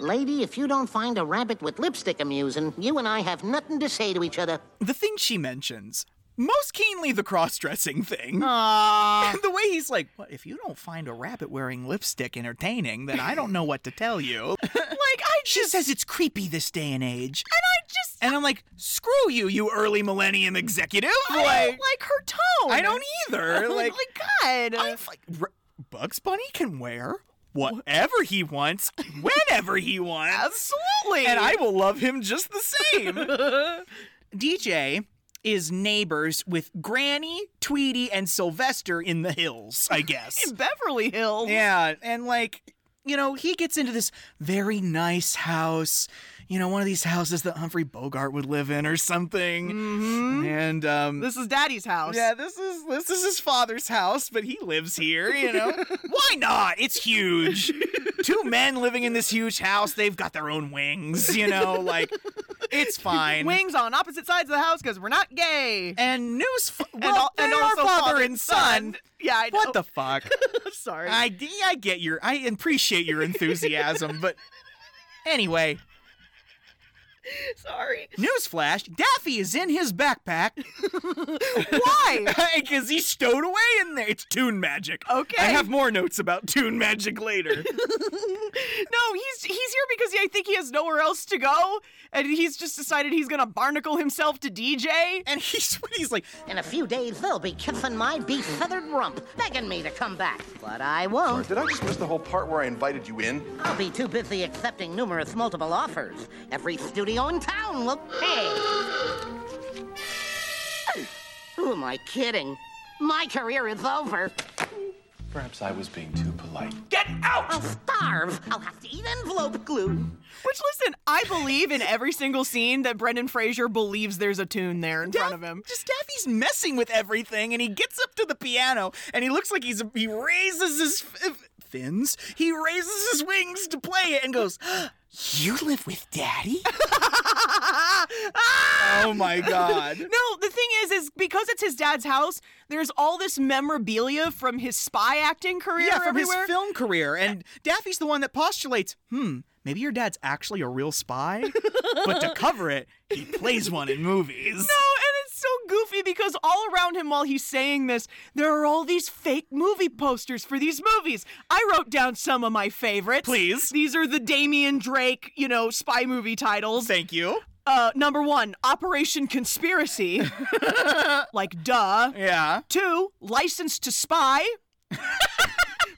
Speaker 4: Lady, if you don't find a rabbit with lipstick amusing, you and I have nothing to say to each other.
Speaker 1: The thing she mentions Most keenly the cross dressing thing. the way he's like, well, if you don't find a rabbit wearing lipstick entertaining, then I don't know what to tell you.
Speaker 2: Like I
Speaker 1: she says it's creepy this day and age.
Speaker 2: and I just
Speaker 1: And I'm like, screw you, you early millennium executive.
Speaker 2: I don't
Speaker 1: like,
Speaker 2: like her tone.
Speaker 1: I don't either. Like,
Speaker 2: God.
Speaker 1: I'm like, R- Bugs Bunny can wear whatever he wants, whenever he wants.
Speaker 2: Absolutely.
Speaker 1: And I will love him just the same. DJ is neighbors with Granny, Tweety, and Sylvester in the hills, I guess.
Speaker 2: in Beverly Hills.
Speaker 1: Yeah, and like, you know, he gets into this very nice house, you know, one of these houses that Humphrey Bogart would live in or something. And um
Speaker 2: This is Daddy's house.
Speaker 1: Yeah, this is this is his father's house, but he lives here, you know. Why not? It's huge. Two men living in this huge house, they've got their own wings, you know, like it's fine.
Speaker 2: Wings on opposite sides of the house because we're not gay.
Speaker 1: and news f- well,
Speaker 2: al-
Speaker 1: they
Speaker 2: and Oh.
Speaker 1: are
Speaker 2: also
Speaker 1: father and son.
Speaker 2: Yeah, I know.
Speaker 1: What the fuck?
Speaker 2: I'm sorry.
Speaker 1: I, I get your I appreciate your enthusiasm, but anyway,
Speaker 2: sorry.
Speaker 1: newsflash: Daffy is in his backpack
Speaker 2: Why?
Speaker 1: because he's stowed away in there. It's Toon Magic.
Speaker 2: Okay.
Speaker 1: I have more notes about Toon Magic later.
Speaker 2: No, he's he's here because he, I think he has nowhere else to go, and he's just decided he's gonna barnacle himself to DJ.
Speaker 1: And he's when he's like,
Speaker 4: In a few days, they'll be kissing my be-feathered rump, begging me to come back. But I won't.
Speaker 9: Did I just miss the whole part where I invited you in?
Speaker 4: I'll be too busy accepting numerous multiple offers. Every studio in town will. Hey! Who am I kidding? My career is over.
Speaker 9: Perhaps I was being too polite.
Speaker 5: Get out!
Speaker 4: I'll starve. I'll have to eat envelope glue.
Speaker 2: Which listen, I believe in every single scene that Brendan Fraser believes there's a tune there in front of him.
Speaker 1: Just Daffy's messing with everything, and he gets up to the piano, and he looks like he's he raises his f- fins, he raises his wings to play it, and goes, "You live with Daddy." oh my God!
Speaker 2: No, the thing is, is because it's his dad's house, there's all this memorabilia from his spy acting career
Speaker 1: Yeah, from
Speaker 2: everywhere.
Speaker 1: his film career, and Daffy's the one that postulates, "Hmm, maybe your dad's actually a real spy, but to cover it, he plays one in movies."
Speaker 2: No, Oh, and it's so goofy because all around him while he's saying this, there are all these fake movie posters for these movies. I wrote down some of my favorites.
Speaker 1: Please.
Speaker 2: These are the Damien Drake, you know, spy movie titles.
Speaker 1: Thank you.
Speaker 2: Uh, number one, Operation Conspiracy. like, duh.
Speaker 1: Yeah.
Speaker 2: Two, License to Spy.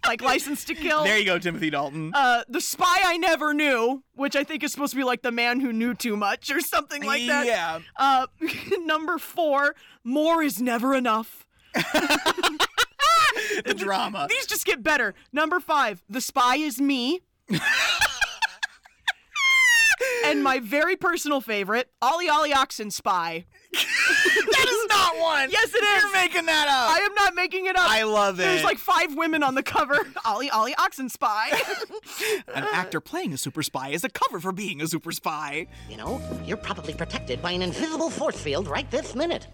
Speaker 2: like, License to Kill.
Speaker 1: There you go, Timothy Dalton.
Speaker 2: uh, the spy I never knew, which I think is supposed to be like the man who knew too much or something like that.
Speaker 1: Yeah.
Speaker 2: Uh, number four, more is never enough.
Speaker 1: the drama.
Speaker 2: These just get better. Number five, the spy is me. and my very personal favorite, Ollie Ollie Oxen Spy.
Speaker 1: that is not one.
Speaker 2: Yes, it is.
Speaker 1: You're making that up.
Speaker 2: I am not making it up.
Speaker 1: I love it.
Speaker 2: There's like five women on the cover. Ollie Ollie Oxen Spy.
Speaker 1: An actor playing a super spy is a cover for being a super spy.
Speaker 4: You know, you're probably protected by an invisible force field right this minute.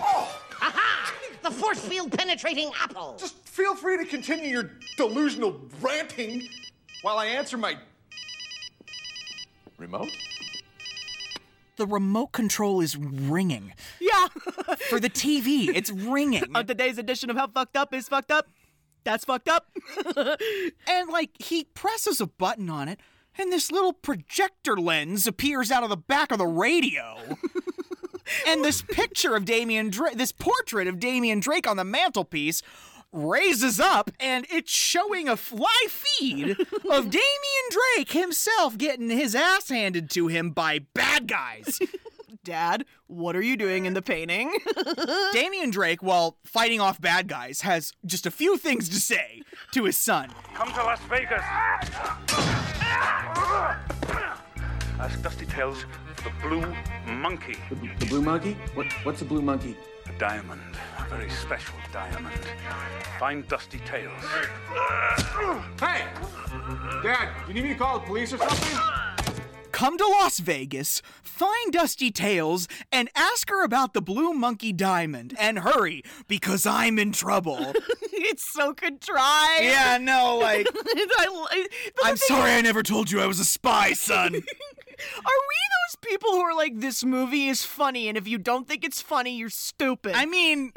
Speaker 4: Oh! Aha! The force field penetrating apple!
Speaker 5: Just feel free to continue your delusional ranting while I answer my.
Speaker 9: Remote?
Speaker 1: The remote control is ringing
Speaker 2: yeah.
Speaker 1: for the TV. It's ringing.
Speaker 2: on today's edition of How Fucked Up is Fucked Up. That's fucked up.
Speaker 1: and like he presses a button on it and this little projector lens appears out of the back of the radio. and this picture of Damien Drake, this portrait of Damien Drake on the mantelpiece raises up and it's showing a fly feed of Damien Drake himself getting his ass handed to him by bad guys.
Speaker 2: Dad, what are you doing in the painting?
Speaker 1: Damien Drake, while fighting off bad guys, has just a few things to say to his son.
Speaker 13: Come to Las Vegas. Ask Dusty Tails for the blue monkey.
Speaker 8: The blue monkey? What, what's a blue monkey?
Speaker 13: A diamond. A very special diamond. Find Dusty Tails.
Speaker 5: Hey! Dad, you need me to call the police or something?
Speaker 1: Come to Las Vegas, find Dusty Tails, and ask her about the blue monkey diamond. And hurry, because I'm in trouble.
Speaker 2: it's so contrived.
Speaker 1: yeah, no, like,
Speaker 2: I, li- but the
Speaker 1: I'm
Speaker 2: thing-
Speaker 1: sorry I never told you I was a spy, son.
Speaker 2: Are we those people who are like, this movie is funny, and if you don't think it's funny, you're stupid? I
Speaker 1: mean,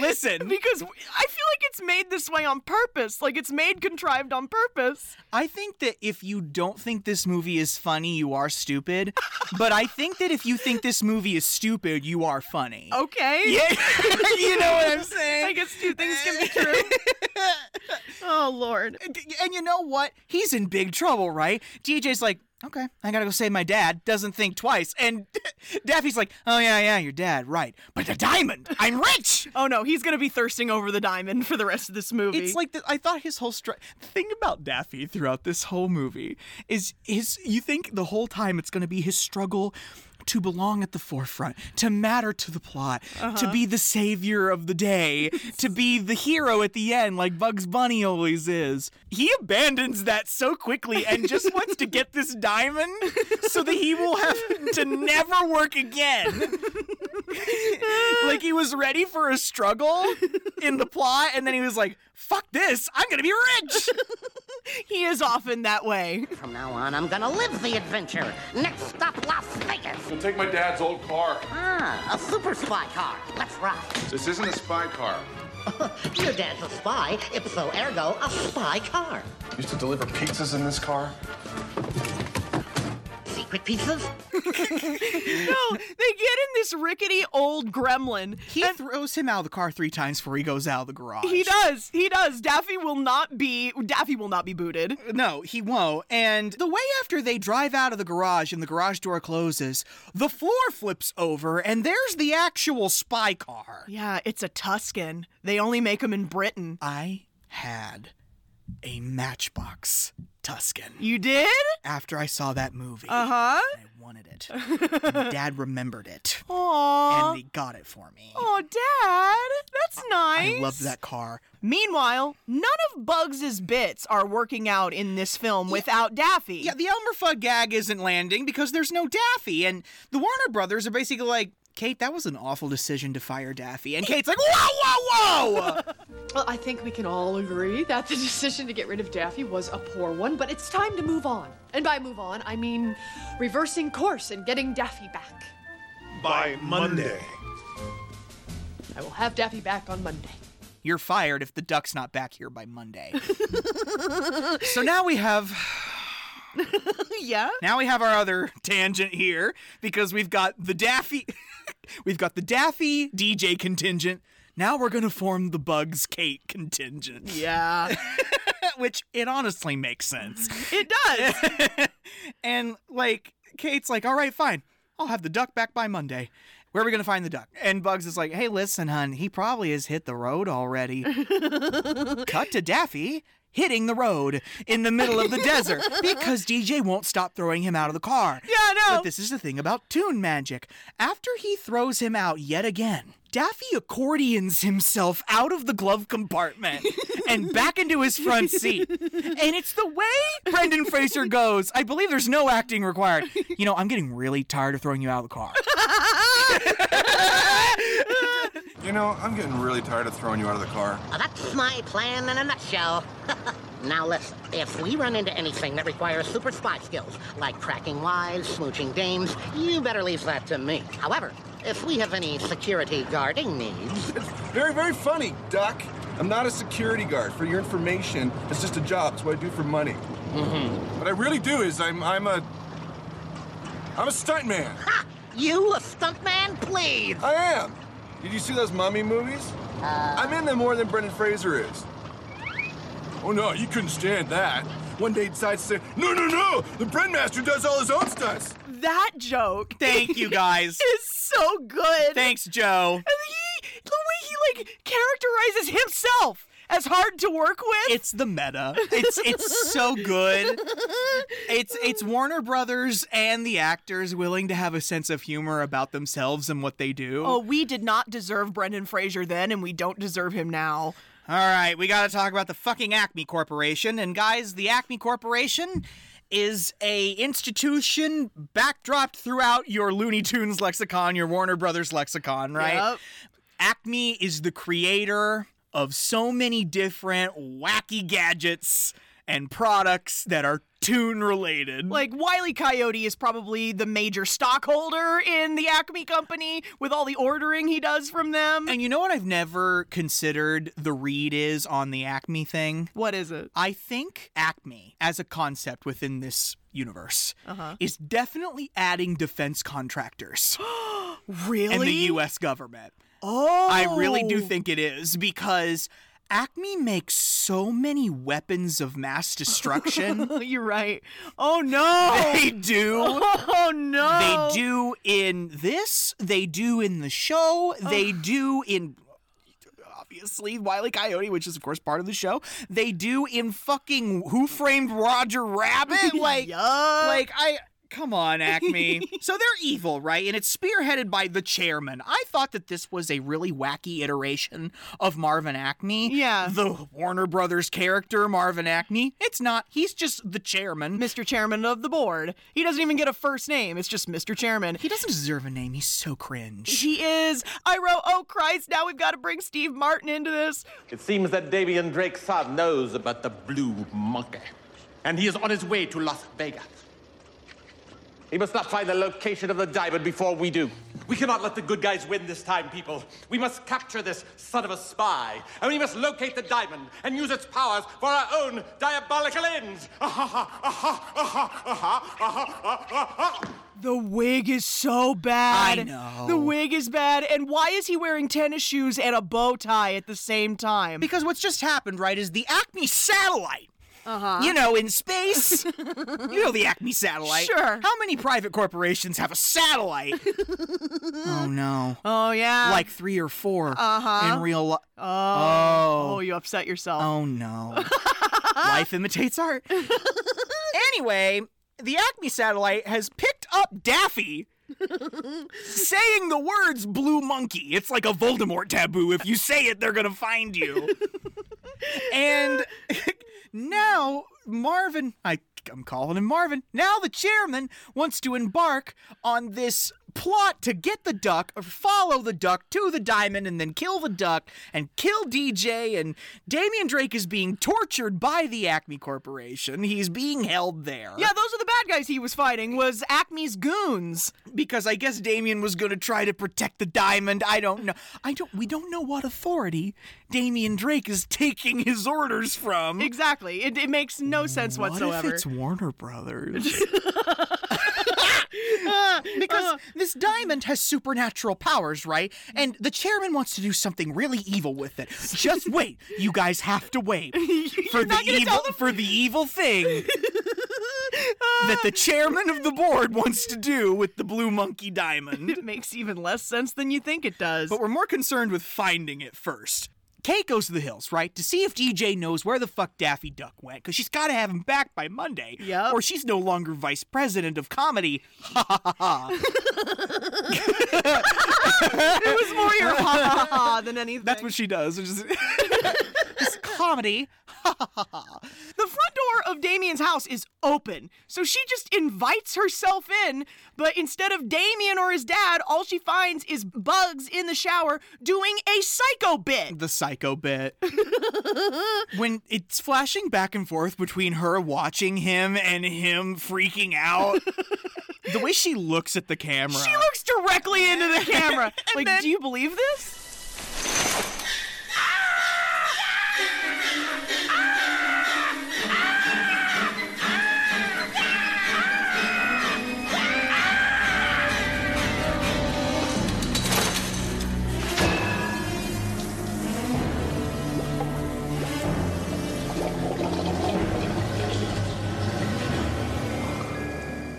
Speaker 1: listen.
Speaker 2: Because I feel like it's made this way on purpose. Like, it's made contrived on purpose.
Speaker 1: I think that if you don't think this movie is funny, you are stupid. but I think that if you think this movie is stupid, you are funny.
Speaker 2: Okay.
Speaker 1: Yeah, you know what I'm saying?
Speaker 2: Oh. I guess two things can be true. oh, Lord.
Speaker 1: And, and you know what? He's in big trouble, right? DJ's like, okay, I gotta go save my dad. Doesn't think twice. And Daffy's like, oh, yeah, yeah, your dad, right. But the diamond, I'm rich!
Speaker 2: Oh, no, he's going to be thirsting over the diamond for the rest of this movie.
Speaker 1: It's like the, I thought his whole stri- the thing about Daffy throughout this whole movie is his. You think the whole time it's going to be his struggle to belong at the forefront, to matter to the plot, to
Speaker 2: Uh-huh.
Speaker 1: be the savior of the day, to be the hero at the end, like Bugs Bunny always is. He abandons that so quickly and just wants to get this diamond so that he will have to never work again. like he was ready for a struggle in the plot, and then he was like, fuck this, I'm gonna be rich.
Speaker 2: he is often that way.
Speaker 4: From now on, I'm gonna live the adventure. Next stop, Las Vegas.
Speaker 9: We'll take my dad's old car.
Speaker 4: Ah, a super spy car. Let's ride.
Speaker 9: This isn't a spy car.
Speaker 4: Your dad's a spy, ipso ergo, a spy car.
Speaker 9: Used to deliver pizzas in this car.
Speaker 4: Secret pizzas?
Speaker 2: no, they get in this rickety old gremlin.
Speaker 1: He throws him out of the car three times before he goes out of the garage.
Speaker 2: He does. He does. Daffy will not be Daffy will not be booted.
Speaker 1: No, he won't. And the way after they drive out of the garage and the garage door closes, the floor flips over and there's the actual spy car.
Speaker 2: Yeah, it's a Tuscan. They only make them in Britain.
Speaker 1: I had a matchbox Tuscan.
Speaker 2: You did?
Speaker 1: After I saw that movie,
Speaker 2: Uh-huh.
Speaker 1: I wanted it. And Dad remembered it.
Speaker 2: Aw.
Speaker 1: And they got it for me.
Speaker 2: Aw, Dad. That's Oh,
Speaker 1: I
Speaker 2: nice.
Speaker 1: loved that car.
Speaker 2: Meanwhile, none of Bugs' bits are working out in this film without Daffy.
Speaker 1: Yeah, the Elmer Fudd gag isn't landing because there's no Daffy, and the Warner Brothers are basically like, Kate, that was an awful decision to fire Daffy. And Kate's like, whoa, whoa, whoa!
Speaker 7: Well, I think we can all agree that the decision to get rid of Daffy was a poor one, but it's time to move on. And by move on, I mean reversing course and getting Daffy back.
Speaker 8: By Monday.
Speaker 7: I will have Daffy back on Monday.
Speaker 1: You're fired if the duck's not back here by Monday. so now we have
Speaker 2: yeah.
Speaker 1: now we have our other tangent here because we've got the Daffy we've got the Daffy DJ contingent. Now we're gonna form the Bugs Kate contingent.
Speaker 2: Yeah.
Speaker 1: Which it honestly makes sense.
Speaker 2: It does.
Speaker 1: And like Kate's like, all right, fine. I'll have the duck back by Monday. Where are we gonna find the duck? And Bugs is like, hey, listen, hun, he probably has hit the road already. Cut to Daffy hitting the road in the middle of the desert because DJ won't stop throwing him out of the car.
Speaker 2: Yeah, I know.
Speaker 1: But this is the thing about tune magic. After he throws him out yet again, Daffy accordions himself out of the glove compartment and back into his front seat. And it's the way Brendan Fraser goes. I believe there's no acting required. You know, I'm getting really tired of throwing you out of the car.
Speaker 14: You know, I'm getting really tired of throwing you out of the car.
Speaker 4: Well, that's my plan in a nutshell. now listen, if we run into anything that requires super spy skills, like cracking wise, smooching dames, you better leave that to me. However, if we have any security guarding needs,
Speaker 14: Very, very funny, Duck. I'm not a security guard. For your information, it's just a job. It's what I do for money. Mm-hmm. What I really do is I'm I'm a I'm a stuntman.
Speaker 4: you a stuntman, please.
Speaker 14: I am. Did you see those mummy movies? I'm in them more than Brendan Fraser is. Oh no, you couldn't stand that. One day he decides to say, no, no, no, the Brenmaster does all his own stunts.
Speaker 2: that joke
Speaker 1: Thank you guys.
Speaker 2: is so good.
Speaker 1: Thanks, Joe.
Speaker 2: And he, the way he like characterizes himself as hard to work with.
Speaker 1: It's the meta. It's it's so good. It's it's Warner Brothers and the actors willing to have a sense of humor about themselves and what they do.
Speaker 2: oh, we did not deserve Brendan Fraser then, and we don't deserve him now.
Speaker 1: All right, we got to talk about the fucking Acme Corporation. And guys, the Acme Corporation is a institution backdropped throughout your Looney Tunes lexicon, your Warner Brothers lexicon, right?
Speaker 2: Yep.
Speaker 1: Acme is the creator of so many different wacky gadgets and products that are cartoon related.
Speaker 2: Like Wiley Coyote is probably the major stockholder in the Acme company with all the ordering he does from them.
Speaker 1: And you know what I've never considered the read is on the Acme thing?
Speaker 2: What is it?
Speaker 1: I think Acme as a concept within this universe
Speaker 2: Uh-huh.
Speaker 1: is definitely adding defense contractors
Speaker 2: really?
Speaker 1: and the US government.
Speaker 2: Oh.
Speaker 1: I really do think it is because Acme makes so many weapons of mass destruction.
Speaker 2: You're right. Oh no.
Speaker 1: They do.
Speaker 2: Oh no.
Speaker 1: They do in this, they do in the show, they do in obviously Wiley Coyote, which is of course part of the show. They do in fucking Who Framed Roger Rabbit? Like like I come on, Acme. so they're evil, right? And it's spearheaded by the chairman. I thought that this was a really wacky iteration of Marvin Acme. Yeah. The Warner Brothers character, Marvin Acme. It's not. He's just the chairman.
Speaker 2: Mr. Chairman of the board. He doesn't even get a first name. It's just Mr. Chairman.
Speaker 1: He doesn't deserve a name. He's so cringe.
Speaker 2: He is. I wrote, oh Christ, now we've got to bring Steve Martin into this.
Speaker 15: It seems that Davian Drake Saab knows about the blue monkey, and he is on his way to Las Vegas. He must not find the location of the diamond before we do. We cannot let the good guys win this time, people. We must capture this son of a spy, and we must locate the diamond and use its powers for our own diabolical ends.
Speaker 2: The wig is so bad.
Speaker 15: I know.
Speaker 2: The wig is bad. And why is he wearing tennis shoes and a bow tie at the same time?
Speaker 1: Because what's just happened, right, is the Acme satellite.
Speaker 2: Uh-huh.
Speaker 1: You know, in space. you know the Acme satellite.
Speaker 2: Sure.
Speaker 1: How many private corporations have a satellite? oh no.
Speaker 2: Oh yeah.
Speaker 1: Like three or four
Speaker 2: Uh-huh.
Speaker 1: in real life.
Speaker 2: Oh.
Speaker 1: Oh.
Speaker 2: Oh, you upset yourself.
Speaker 1: Oh no. life imitates art. anyway, the Acme satellite has picked up Daffy. saying the words blue monkey. It's like a Voldemort taboo. If you say it, they're going to find you. and now Marvin, I, I'm calling him Marvin. Now the chairman wants to embark on this plot to get the duck or follow the duck to the diamond and then kill the duck and kill DJ and Damian Drake is being tortured by the Acme Corporation. He's being held there.
Speaker 2: Yeah, those are the bad guys he was fighting. Was Acme's goons?
Speaker 1: Because I guess Damien was going to try to protect the diamond. I don't know. I don't. We don't know what authority Damien Drake is taking his orders from.
Speaker 2: Exactly. It, it makes no sense whatsoever.
Speaker 1: What if it's Warner Brothers?
Speaker 2: Uh.
Speaker 1: because this diamond has supernatural powers, right? And the chairman wants to do something really evil with it. Just wait. You guys have to wait for the
Speaker 2: not gonna
Speaker 1: evil
Speaker 2: tell them?
Speaker 1: for the evil thing that the chairman of the board wants to do with the blue monkey diamond.
Speaker 2: It makes even less sense than you think it does.
Speaker 1: But we're more concerned with finding it first. Kate goes to the hills, right, to see if DJ knows where the fuck Daffy Duck went, because she's got to have him back by Monday,
Speaker 2: Yep.
Speaker 1: or she's no longer vice president of comedy. Ha ha ha ha.
Speaker 2: it was more your ha ha ha than anything.
Speaker 1: That's what she does. It's just- It's comedy.
Speaker 2: The front door of Damien's house is open, so she just invites herself in, but instead of Damien or his dad, all she finds is Bugs in the shower doing a psycho bit.
Speaker 1: the psycho bit. when it's flashing back and forth between her watching him and him freaking out. the way she looks at the camera.
Speaker 2: She looks directly into the camera. like,
Speaker 1: then-
Speaker 2: do you believe this?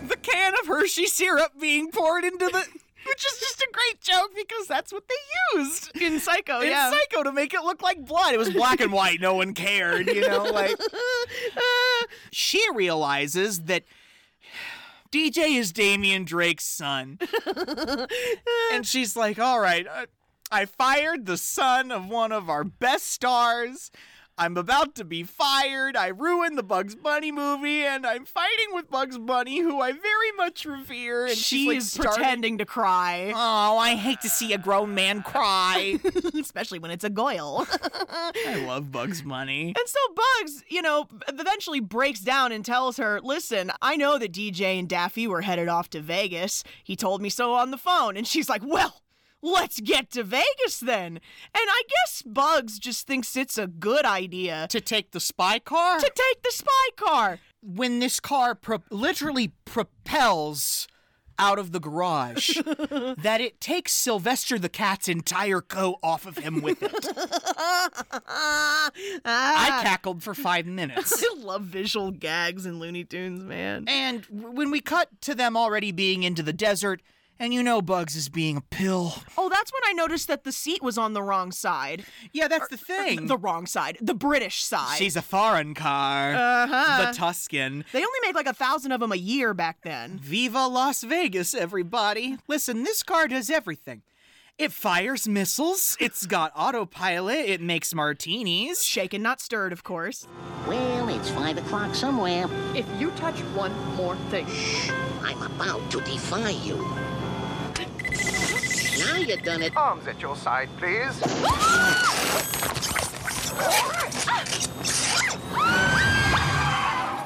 Speaker 1: the can of Hershey syrup being poured into the. Which is just a great joke because that's what they used.
Speaker 2: In Psycho,
Speaker 1: in
Speaker 2: Oh, yeah.
Speaker 1: Psycho to make it look like blood. It was black and white. No one cared, you know. Like she realizes that DJ is Damian Drake's son, and she's uh, like, "All right, I, I fired the son of one of our best stars. I'm about to be fired. I ruined the Bugs Bunny movie, and I'm fighting with Bugs Bunny, who I very much revere. And
Speaker 2: she
Speaker 1: she's, like,
Speaker 2: is
Speaker 1: starting-
Speaker 2: pretending to cry.
Speaker 1: Oh, I hate to see a grown man cry.
Speaker 2: Especially when it's a goyle.
Speaker 1: I love Bugs Bunny.
Speaker 2: And so Bugs, you know, eventually breaks down and tells her, Listen, I know that DJ and Daffy were headed off to Vegas. He told me so on the phone. And she's like, Well, let's get to Vegas then. And I guess Bugs just thinks it's a good idea
Speaker 1: to take the spy car?
Speaker 2: To take the spy car.
Speaker 1: When this car pro- literally propels out of the garage, that it takes Sylvester the cat's entire coat off of him with it. I cackled for five minutes.
Speaker 2: I love visual gags in Looney Tunes, man.
Speaker 1: And w- when we cut to them already being into the desert, and you know Bugs is being a pill.
Speaker 2: Oh, that's when I noticed that the seat was on the wrong side.
Speaker 1: Yeah, that's the thing.
Speaker 2: The wrong side. The British side.
Speaker 1: She's a foreign car.
Speaker 2: Uh-huh.
Speaker 1: The Tuscan.
Speaker 2: They only make like a thousand of them a year back then.
Speaker 1: Viva Las Vegas, everybody. Listen, this car does everything. It fires missiles, it's got autopilot, it makes martinis.
Speaker 2: Shaken, not stirred, of course.
Speaker 4: Well, it's five o'clock somewhere.
Speaker 7: If you touch one more thing. Shh.
Speaker 4: I'm about to defy you. Now you've done it.
Speaker 16: Arms at your side, please.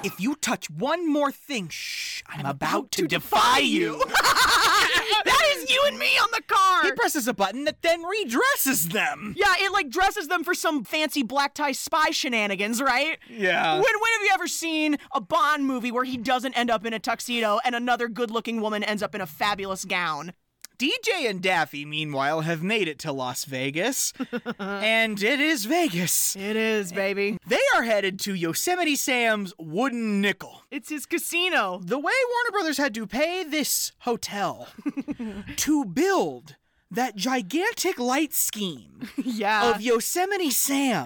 Speaker 1: If you touch one more thing, shh, I'm, about, to, defy you.
Speaker 2: that is you and me on the car.
Speaker 1: he presses a button that then redresses them.
Speaker 2: yeah, it like dresses them for some fancy black tie spy shenanigans, right?
Speaker 1: Yeah.
Speaker 2: When when have you ever seen a Bond movie where he doesn't end up in a tuxedo and another good-looking woman ends up in a fabulous gown?
Speaker 1: DJ and Daffy, meanwhile, have made it to Las Vegas. and it is Vegas.
Speaker 2: It is, baby.
Speaker 1: They are headed to Yosemite Sam's Wooden Nickel.
Speaker 2: It's his casino.
Speaker 1: The way Warner Brothers had to pay this hotel to build that gigantic light scheme
Speaker 2: Yeah.
Speaker 1: of Yosemite Sam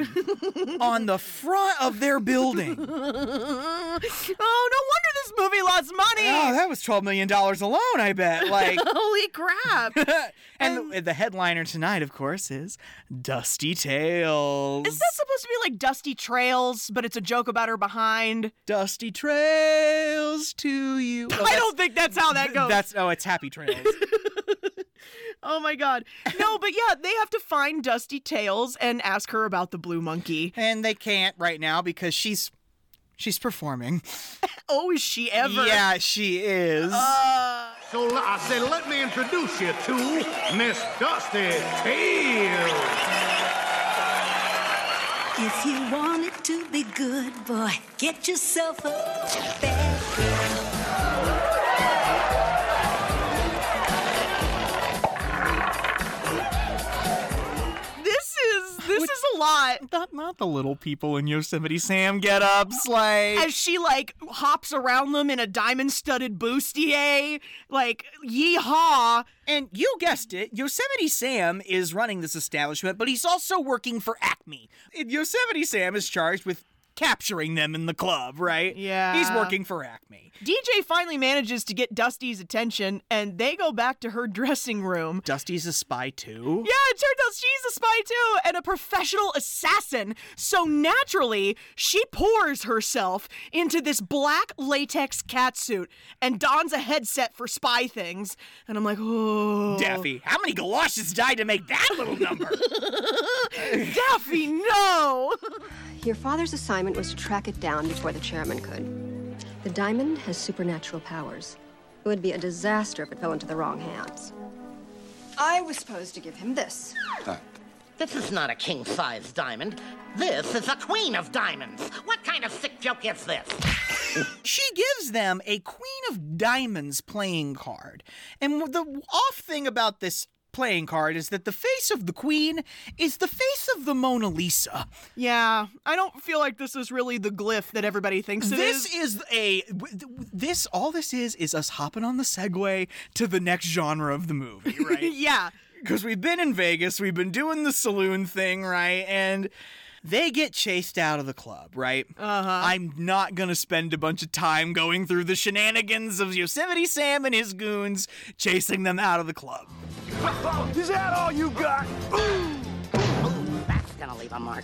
Speaker 1: on the front of their building.
Speaker 2: oh, no wonder this movie lost money.
Speaker 1: Oh, that was $12 million alone, I bet. Like,
Speaker 2: Holy crap.
Speaker 1: and the, the headliner tonight, of course, is Dusty Tales.
Speaker 2: Is that supposed to be like Dusty Trails, but it's a joke about her behind?
Speaker 1: Dusty Trails to you? Oh,
Speaker 2: I don't think that's how that goes.
Speaker 1: That's oh, it's Happy Trails.
Speaker 2: oh my god. No, but yeah, they have to find Dusty Tails and ask her about the blue monkey.
Speaker 1: and they can't right now because she's she's performing.
Speaker 2: Oh, is she ever?
Speaker 1: Yeah, she is.
Speaker 8: So l- I said, let me introduce you to Miss Dusty Tail.
Speaker 17: If you want it to be good, boy, get yourself a bad
Speaker 2: This is this is a lot.
Speaker 1: Not not the little people in Yosemite Sam get ups like
Speaker 2: As she like hops around them in a diamond studded bustier, like yeehaw.
Speaker 1: And you guessed it, Yosemite Sam is running this establishment, but he's also working for Acme. And Yosemite Sam is charged with capturing them in the club, right?
Speaker 2: Yeah.
Speaker 1: He's working for Acme.
Speaker 2: DJ finally manages to get Dusty's attention and they go back to her dressing room.
Speaker 1: Dusty's a spy too.
Speaker 2: Yeah, it turns out she's a spy too and a professional assassin. So naturally, she pours herself into this black latex catsuit and dons a headset for spy things. And I'm like, oh.
Speaker 1: Daffy, how many galoshes died to make that little number?
Speaker 2: Daffy, no!
Speaker 6: Your father's assignment was to track it down before the chairman could. The diamond has supernatural powers. It would be a disaster if it fell into the wrong hands. I was supposed to give him this.
Speaker 4: This is not a king size diamond. This is a queen of diamonds. What kind of sick joke is this?
Speaker 1: she gives them a Queen of Diamonds playing card. And the off thing about this playing card is that the face of the queen is the face of the Mona Lisa.
Speaker 2: Yeah, I don't feel like this is really the glyph that everybody thinks it
Speaker 1: this
Speaker 2: is.
Speaker 1: is a w- th- this all this is is us hopping on the segue to the next genre of the movie, right?
Speaker 2: yeah.
Speaker 1: Because we've been in Vegas, we've been doing the saloon thing, right? And they get chased out of the club, right? Uh-huh. I'm not gonna spend a bunch of time going through the shenanigans of Yosemite Sam and his goons chasing them out of the club.
Speaker 8: Is that all you got?
Speaker 4: That's gonna leave a mark.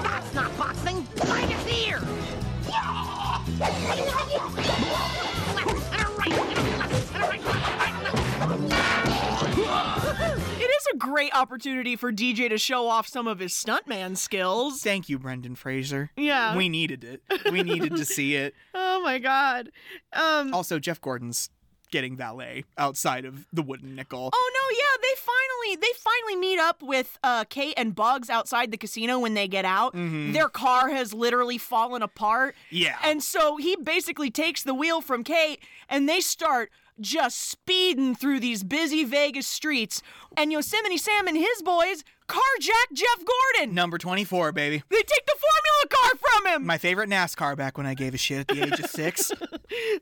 Speaker 4: That's not boxing. Mine is here.
Speaker 2: It is a great opportunity for DJ to show off some of his stuntman skills.
Speaker 1: Thank you, Brendan Fraser.
Speaker 2: Yeah.
Speaker 1: We needed it. We needed to see it.
Speaker 2: Oh my god. Um
Speaker 1: Also, Jeff Gordon's getting valet outside of the wooden nickel.
Speaker 2: Oh no, yeah, they finally they finally meet up with uh Kate and Bugs outside the casino when they get out.
Speaker 1: Mhm.
Speaker 2: Their car has literally fallen apart.
Speaker 1: Yeah.
Speaker 2: And so he basically takes the wheel from Kate and they start just speeding through these busy Vegas streets. And Yosemite Sam and his boys carjack Jeff Gordon.
Speaker 1: Number 24, baby.
Speaker 2: They take the formula car from him.
Speaker 1: My favorite NASCAR back when I gave a shit at the age of six.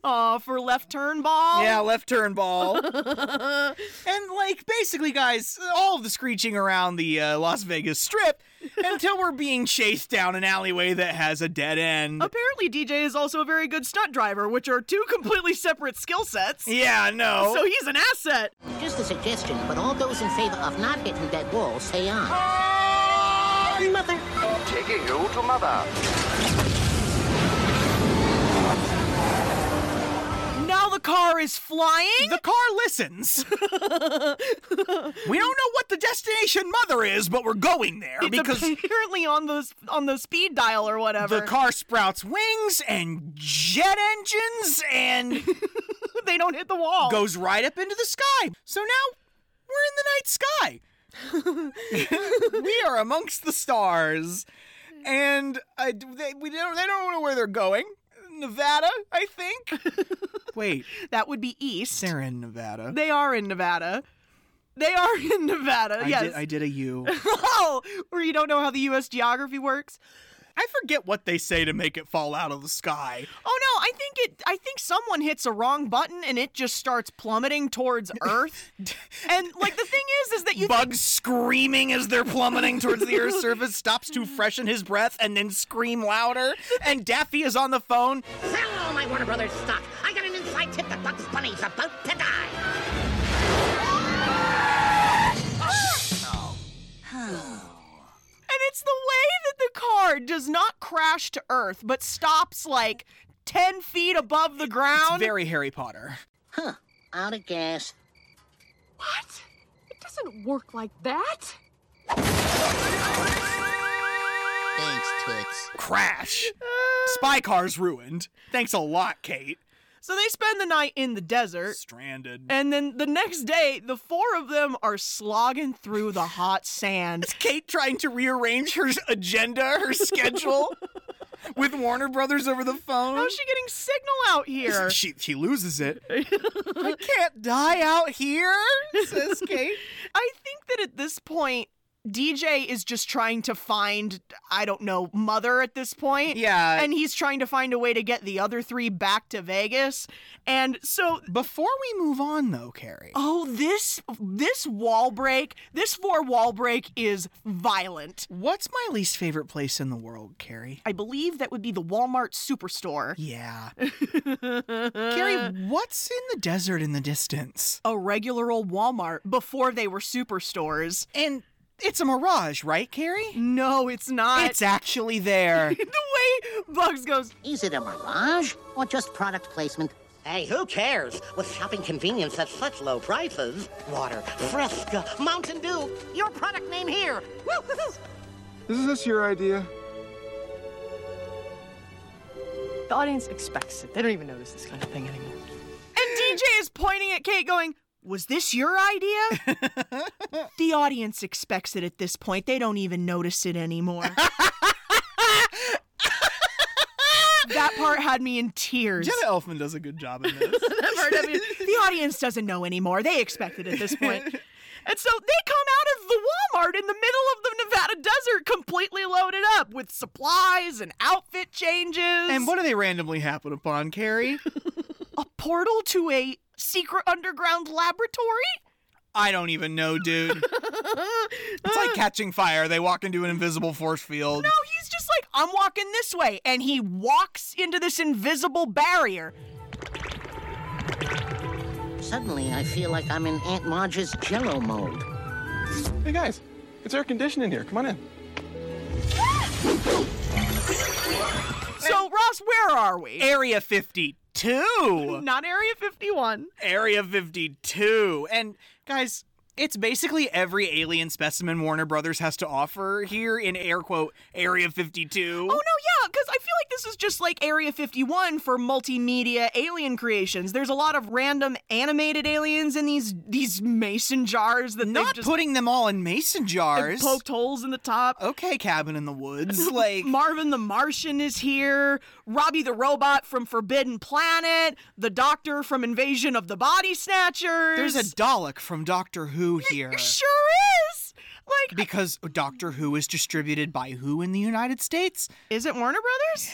Speaker 2: Aw, for left turn ball.
Speaker 1: Yeah, left turn ball.
Speaker 2: and
Speaker 1: like basically, guys, all of the screeching around the uh, Las Vegas Strip until we're being chased down an alleyway that has a dead end.
Speaker 2: Apparently, DJ is also a very good stunt driver, which are two completely separate skill sets.
Speaker 1: Yeah, no.
Speaker 2: So he's an asset.
Speaker 4: Just a suggestion, but all those in favor of not hitting dead walls, say aye. Mother.
Speaker 16: Taking you to mother.
Speaker 2: Now the car is flying.
Speaker 1: The car listens. we don't know what the destination mother is, but we're going there
Speaker 2: It's
Speaker 1: because
Speaker 2: apparently on the on the speed dial or whatever.
Speaker 1: the car sprouts wings and jet engines and
Speaker 2: they don't hit the wall.
Speaker 1: goes right up into the sky. So now we're in the night sky. we are amongst the stars, and I, they, we don't, they don't know where they're going. Nevada, I think. Wait,
Speaker 2: that would be east.
Speaker 1: They're in Nevada.
Speaker 2: They are in Nevada. They are in Nevada.
Speaker 1: I
Speaker 2: yes.
Speaker 1: did, I did a U.
Speaker 2: oh, where you don't know how the U.S. geography works.
Speaker 1: I forget what they say to make it fall out of the sky.
Speaker 2: Oh no, I think it I think someone hits a wrong button and it just starts plummeting towards Earth. and like the thing is is that you
Speaker 1: Bugs screaming as they're plummeting towards the Earth's surface stops to freshen his breath and then scream louder. And Daffy is on the phone.
Speaker 4: Sell all my Warner Brothers stock. I got an inside tip that Bugs Bunny's about to die.
Speaker 2: And it's the way that the car does not crash to Earth, but stops like 10 feet above the ground.
Speaker 1: Very Harry Potter.
Speaker 4: Huh. Out of gas.
Speaker 7: What? It doesn't work like that.
Speaker 4: Thanks, Toots.
Speaker 1: Crash. Spy car's ruined. Thanks a lot, Kate.
Speaker 2: so they spend the night in the desert.
Speaker 1: Stranded.
Speaker 2: And then the next day, the four of them are slogging through the hot sand.
Speaker 1: Kate trying to rearrange her agenda, her schedule with Warner Brothers over the phone.
Speaker 2: How's she getting signal out here?
Speaker 1: She, she loses it.
Speaker 2: I
Speaker 1: can't die out here, says Kate.
Speaker 2: I think that at this point, DJ is just trying to find, I don't know, mother at this point.
Speaker 1: Yeah.
Speaker 2: And he's trying to find a way to get the other three back to Vegas. And so.
Speaker 1: Before we move on, though, Carrie.
Speaker 2: Oh, this this wall break, this four wall break is violent.
Speaker 1: What's my least favorite place in the world, Carrie?
Speaker 2: I believe that would be the Walmart superstore.
Speaker 1: Yeah. Carrie, what's in the desert in the distance?
Speaker 2: A regular old Walmart before they were superstores.
Speaker 1: And it's a mirage, right, Carrie?
Speaker 2: No, it's not.
Speaker 1: It's actually there.
Speaker 2: the way Bugs goes,
Speaker 4: Is it a mirage or just product placement? Hey, who cares? With shopping convenience at such low prices, water, Fresca, Mountain Dew, your product name here. Woo-hoo-hoo.
Speaker 14: Is this your idea?
Speaker 7: The audience expects it. They don't even notice this kind of thing anymore.
Speaker 2: And DJ is pointing at Kate, going, Was this your idea? the audience expects it at this point. They don't even notice it anymore. that part had me in tears.
Speaker 1: Jenna Elfman does a good job in this.
Speaker 2: That part had me- the audience doesn't know anymore. They expect it at this point. And so they come out of the Walmart in the middle of the Nevada desert completely loaded up with supplies and outfit changes.
Speaker 1: and what do they randomly happen upon, Carrie?
Speaker 2: portal to a secret underground laboratory?
Speaker 1: I don't even know, dude. It's like catching fire. They walk into an invisible force field.
Speaker 2: No, Oh, he's just like, I'm walking this way. And he walks into this invisible barrier.
Speaker 4: Suddenly, I feel like I'm in Aunt Marge's jello mold.
Speaker 9: Hey guys, it's air conditioned in here. Come on in.
Speaker 2: So, Ross, where are we?
Speaker 1: Area 52.
Speaker 2: Not Area 51.
Speaker 1: Area 52. And guys, it's basically every alien specimen Warner Brothers has to offer here in air quote Area 52.
Speaker 2: Oh, no, yeah, because I feel like this is just like Area 51 for multimedia alien creations. There's a lot of random animated aliens in these these mason jars that
Speaker 1: Not putting them all in mason jars.
Speaker 2: poked holes in the top.
Speaker 1: Okay, Cabin in the Woods. Like
Speaker 2: Marvin the Martian is here, Robbie the robot from Forbidden Planet, the Doctor from Invasion of the Body Snatchers.
Speaker 1: there's a Dalek from Doctor Who here.
Speaker 2: Sure is. Like
Speaker 1: Because Doctor Who is distributed by who in the United States?
Speaker 2: Is it Warner Brothers?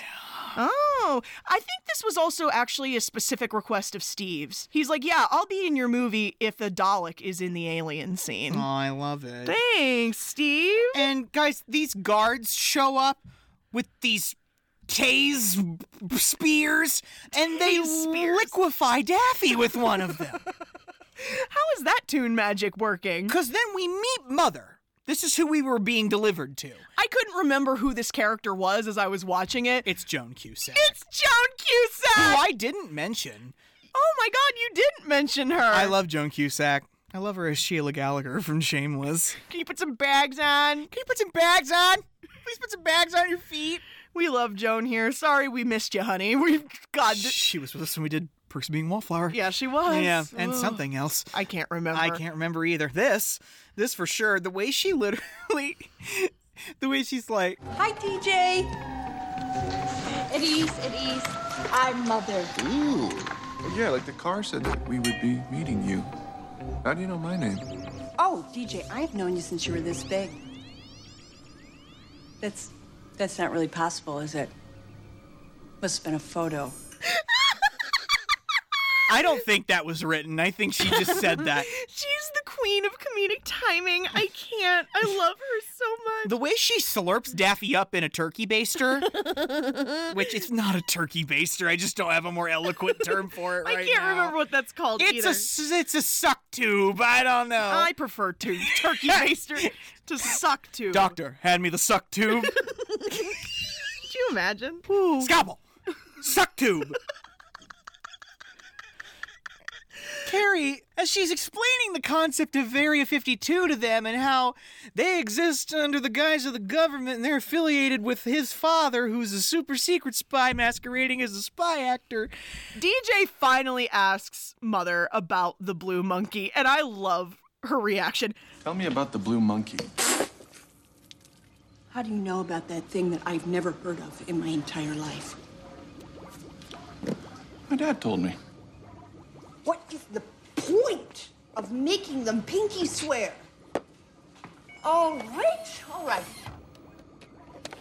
Speaker 2: Oh, I think this was also actually a specific request of Steve's. He's like, "Yeah, I'll be in your movie if the Dalek is in the alien scene."
Speaker 1: Oh, I love it.
Speaker 2: Thanks, Steve.
Speaker 1: And guys, these guards show up with these tase b- spears, and they liquefy Daffy with one of them.
Speaker 2: How is that tune magic working?
Speaker 1: Because then we meet Mother. This is who we were being delivered to.
Speaker 2: I couldn't remember who this character was as I was watching it.
Speaker 1: It's Joan Cusack.
Speaker 2: It's Joan Cusack.
Speaker 1: who I didn't mention.
Speaker 2: Oh my God, you didn't mention her.
Speaker 1: I love Joan Cusack. I love her as Sheila Gallagher from Shameless.
Speaker 2: Can you put some bags on?
Speaker 1: Can you put some bags on? Please put some bags on your feet.
Speaker 2: We love Joan here. Sorry we missed you, honey. We God. th-
Speaker 1: She was with us when we did Perks of Being a Wallflower.
Speaker 2: yeah, she was.
Speaker 1: Yeah, and
Speaker 2: Ugh.
Speaker 1: something else.
Speaker 2: I can't remember.
Speaker 1: I can't remember either. This, this for sure. The way she literally, the way she's like,
Speaker 18: Hi, TJ. It is, it is. I'm mother.
Speaker 14: Ooh. Well, yeah, like the car said that we would be meeting you. How do you know my name?
Speaker 18: Oh, DJ, I've known you since you were this big. That's that's not really possible, is it? Must have been a photo.
Speaker 1: I don't think that was written. I think she just said that.
Speaker 2: She's the queen of comedic timing. I can't. I love her so much.
Speaker 1: The way she slurps Daffy up in a turkey baster, which it's not a turkey baster. I just don't have a more eloquent term for it right
Speaker 2: I can't
Speaker 1: now.
Speaker 2: remember what that's called
Speaker 1: It's
Speaker 2: either.
Speaker 1: a s- it's a suck tube. I don't know.
Speaker 2: I prefer to turkey baster to suck to.
Speaker 1: Doctor, hand me the suck tube.
Speaker 2: Could you imagine?
Speaker 1: Scobble. Suck tube. Carrie, as she's explaining the concept of Area 52 to them and how they exist under the guise of the government and they're affiliated with his father, who's a super secret spy masquerading as a spy actor.
Speaker 2: DJ finally asks Mother about the blue monkey, and I love her reaction.
Speaker 9: Tell me about the blue monkey.
Speaker 18: How do you know about that thing that I've never heard of in my entire life?
Speaker 9: My dad told me.
Speaker 19: What is the point of making them pinky swear?
Speaker 7: Oh,
Speaker 19: All right, all right.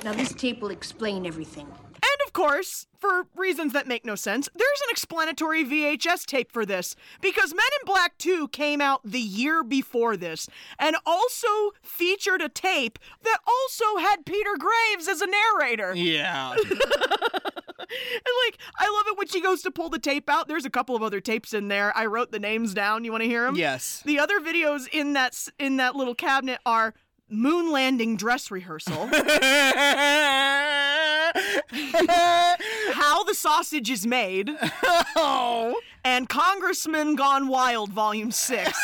Speaker 19: Now, this tape will explain everything.
Speaker 2: And of course, for reasons that make no sense, there's an explanatory VHS tape for this because Men in Black 2 came out the year before this and also featured a tape that also had Peter Graves as a narrator.
Speaker 1: Yeah.
Speaker 2: And like, I love it when she goes to pull the tape out. There's a couple of other tapes in there. I wrote the names down. You want to hear them?
Speaker 1: Yes.
Speaker 2: The other videos in that s- in that little cabinet are moon landing dress rehearsal. How the sausage is made. And Congressman Gone Wild, Volume 6.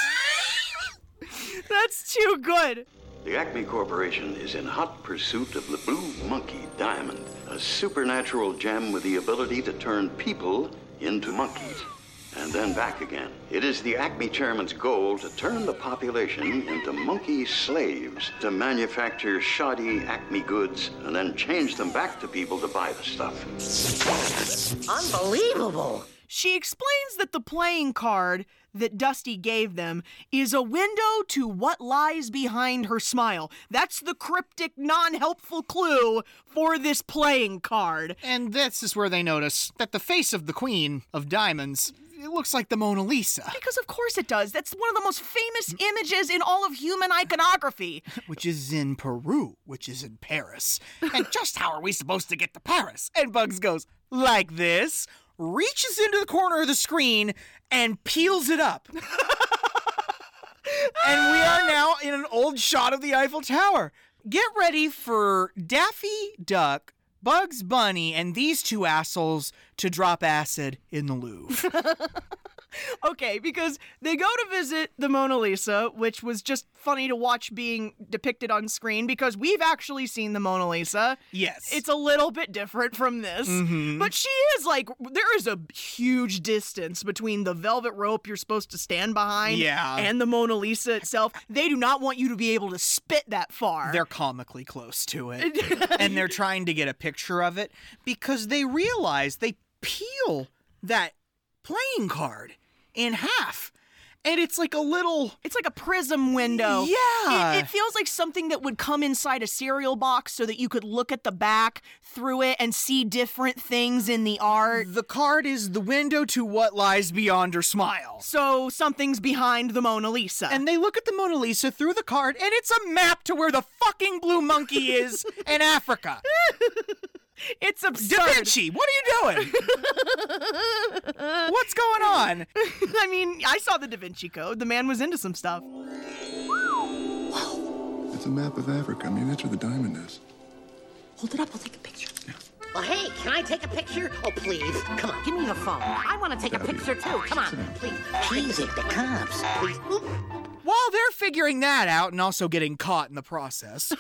Speaker 2: That's too good.
Speaker 20: The Acme Corporation is in hot pursuit of the Blue Monkey Diamond, a supernatural gem with the ability to turn people into monkeys and then back again. It is the Acme chairman's goal to turn the population into monkey slaves to manufacture shoddy Acme goods and then change them back to people to buy the stuff.
Speaker 4: Unbelievable.
Speaker 2: She explains that the playing card that Dusty gave them is a window to what lies behind her smile. That's the cryptic, non helpful clue for this playing card.
Speaker 1: And this is where they notice that the face of the Queen of Diamonds it looks like the Mona Lisa,
Speaker 2: Because of course it does. That's one of the most famous images in all of human iconography.
Speaker 1: which is in Peru, which is in Paris. And just how are we supposed to get to Paris? And Bugs goes like this, reaches into the corner of the screen and peels it up. And we are now in an old shot of the Eiffel Tower. Get ready for Daffy Duck, Bugs Bunny, and these two assholes to drop acid in the Louvre.
Speaker 2: okay, because they go to visit the Mona Lisa, which was just funny to watch being depicted on screen because we've actually seen the Mona Lisa.
Speaker 1: Yes.
Speaker 2: It's a little bit different from this,
Speaker 1: Mhm.
Speaker 2: but she is like, there is a huge distance between the velvet rope you're supposed to stand behind
Speaker 1: Yeah.
Speaker 2: and the Mona Lisa itself. They do not want you to be able to spit that far.
Speaker 1: They're comically close to it. and they're trying to get a picture of it because they realize they peel that playing card in half. And it's like a little.
Speaker 2: It's like a prism window.
Speaker 1: Yeah.
Speaker 2: It, it feels like something that would come inside a cereal box so that you could look at the back through it and see different things in the art.
Speaker 1: The card is the window to what lies beyond her smile.
Speaker 2: So something's behind the Mona Lisa.
Speaker 1: And they look at the Mona Lisa through the card, and it's a map to where the fucking blue monkey is in Africa.
Speaker 2: it's absurd.
Speaker 1: Da Vinci, what are you doing? What's going on?
Speaker 2: I mean, I saw the Da Vinci Code. The man was into some stuff.
Speaker 21: It's a map of Africa. Maybe that's where the diamond is.
Speaker 4: Hold it up, I'll take a picture. Well, hey, can I take a picture? Oh, please. Come on, give me your phone. I want to take a picture, too. Come on, please. Please, it, the cops. Please. Oop.
Speaker 1: While they're figuring that out and also getting caught in the process,